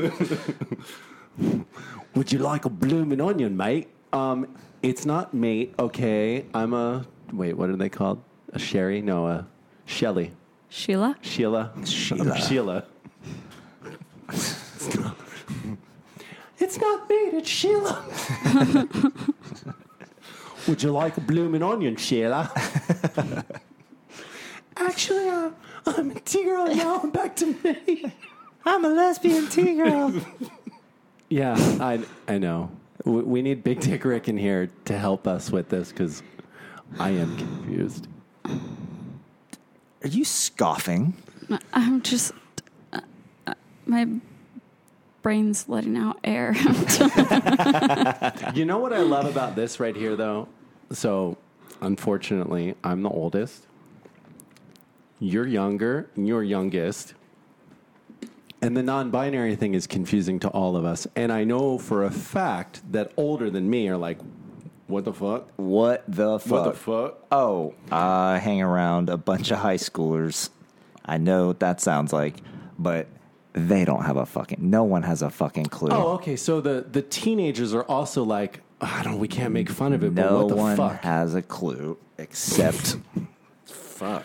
S2: Would you like a blooming onion, mate? Um, it's not mate, okay? I'm a wait. What are they called? A Sherry? No, a Shelly.
S4: Sheila?
S2: Sheila.
S1: Sheila.
S2: I'm Sheila. It's not me, it's [laughs] Sheila. Would you like a blooming onion, Sheila? Actually, uh, I'm a T girl now. [laughs] I'm back to me. I'm a lesbian T girl. [laughs] yeah, I I know. We, we need Big Dick Rick in here to help us with this because I am confused.
S1: Are you scoffing?
S4: I'm just. Uh, uh, my brain's letting out air. [laughs]
S2: you know what I love about this right here, though? So, unfortunately, I'm the oldest. You're younger, and you're youngest. And the non binary thing is confusing to all of us. And I know for a fact that older than me are like, what the fuck?
S1: What the fuck?
S2: What the fuck?
S1: Oh, I hang around a bunch of high schoolers. I know what that sounds like, but they don't have a fucking. No one has a fucking clue.
S2: Oh, okay. So the, the teenagers are also like, I don't, we can't make fun of it, but
S1: no
S2: what the
S1: one
S2: fuck?
S1: has a clue
S2: [laughs]
S1: except
S2: Fuck.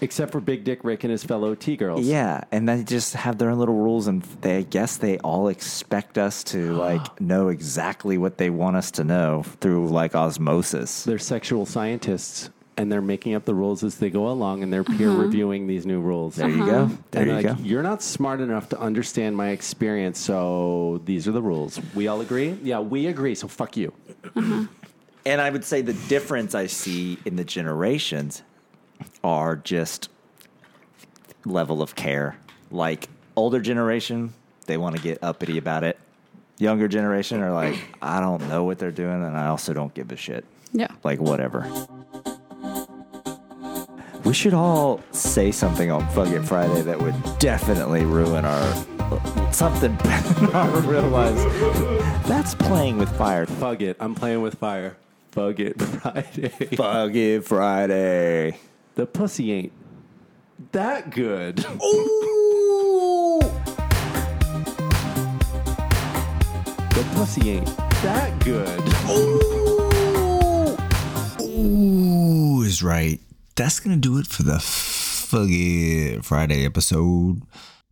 S2: Except for Big Dick Rick and his fellow T girls.
S1: yeah, and they just have their own little rules, and they I guess they all expect us
S2: [gasps]
S1: to like know exactly what they want us to know through like osmosis.
S2: They're sexual scientists and they're making up the rules as they go along and they're peer
S1: Uh-huh.
S2: reviewing these new rules.
S1: There you go. Uh-huh. There
S2: and
S1: you
S2: like,
S1: go.
S2: You're not smart enough to understand my experience, so these are the rules. We all agree? Yeah, we agree, so fuck you.
S1: And I would say the difference I see in the generations are just level of care. Like older generation, they want to get uppity about it. Younger generation are like, I don't know what they're doing, and I also don't give a shit.
S4: Yeah.
S1: Like whatever. We should all say something on fucking Friday that would definitely ruin our something. [laughs] I realize that's playing with fire.
S2: Fuck it. I'm playing with fire. Fuck it [laughs] Friday.
S1: Fuck it Friday.
S2: The pussy ain't that [laughs] good. The pussy ain't that good.
S1: right. That's going to do it for the Fuck It Friday episode.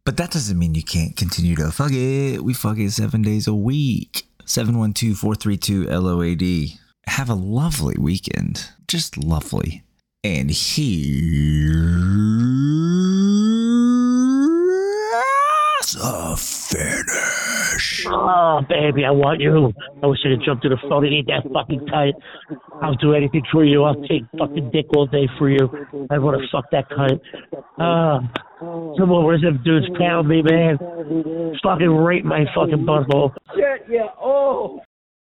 S1: But that doesn't mean you can't continue to fuck it. We fuck it seven days a week. 712 432 LOAD. Have a lovely weekend. Just lovely. And here's a finish.
S10: Oh, baby, I want you. I wish I could jump to the phone and eat that fucking cunt. I'll do anything for you. I'll take fucking dick all day for you. I want to fuck that cunt. Uh, come over and some dudes pound me, man. Fucking rape my fucking butthole.
S14: Shit, yeah. Oh.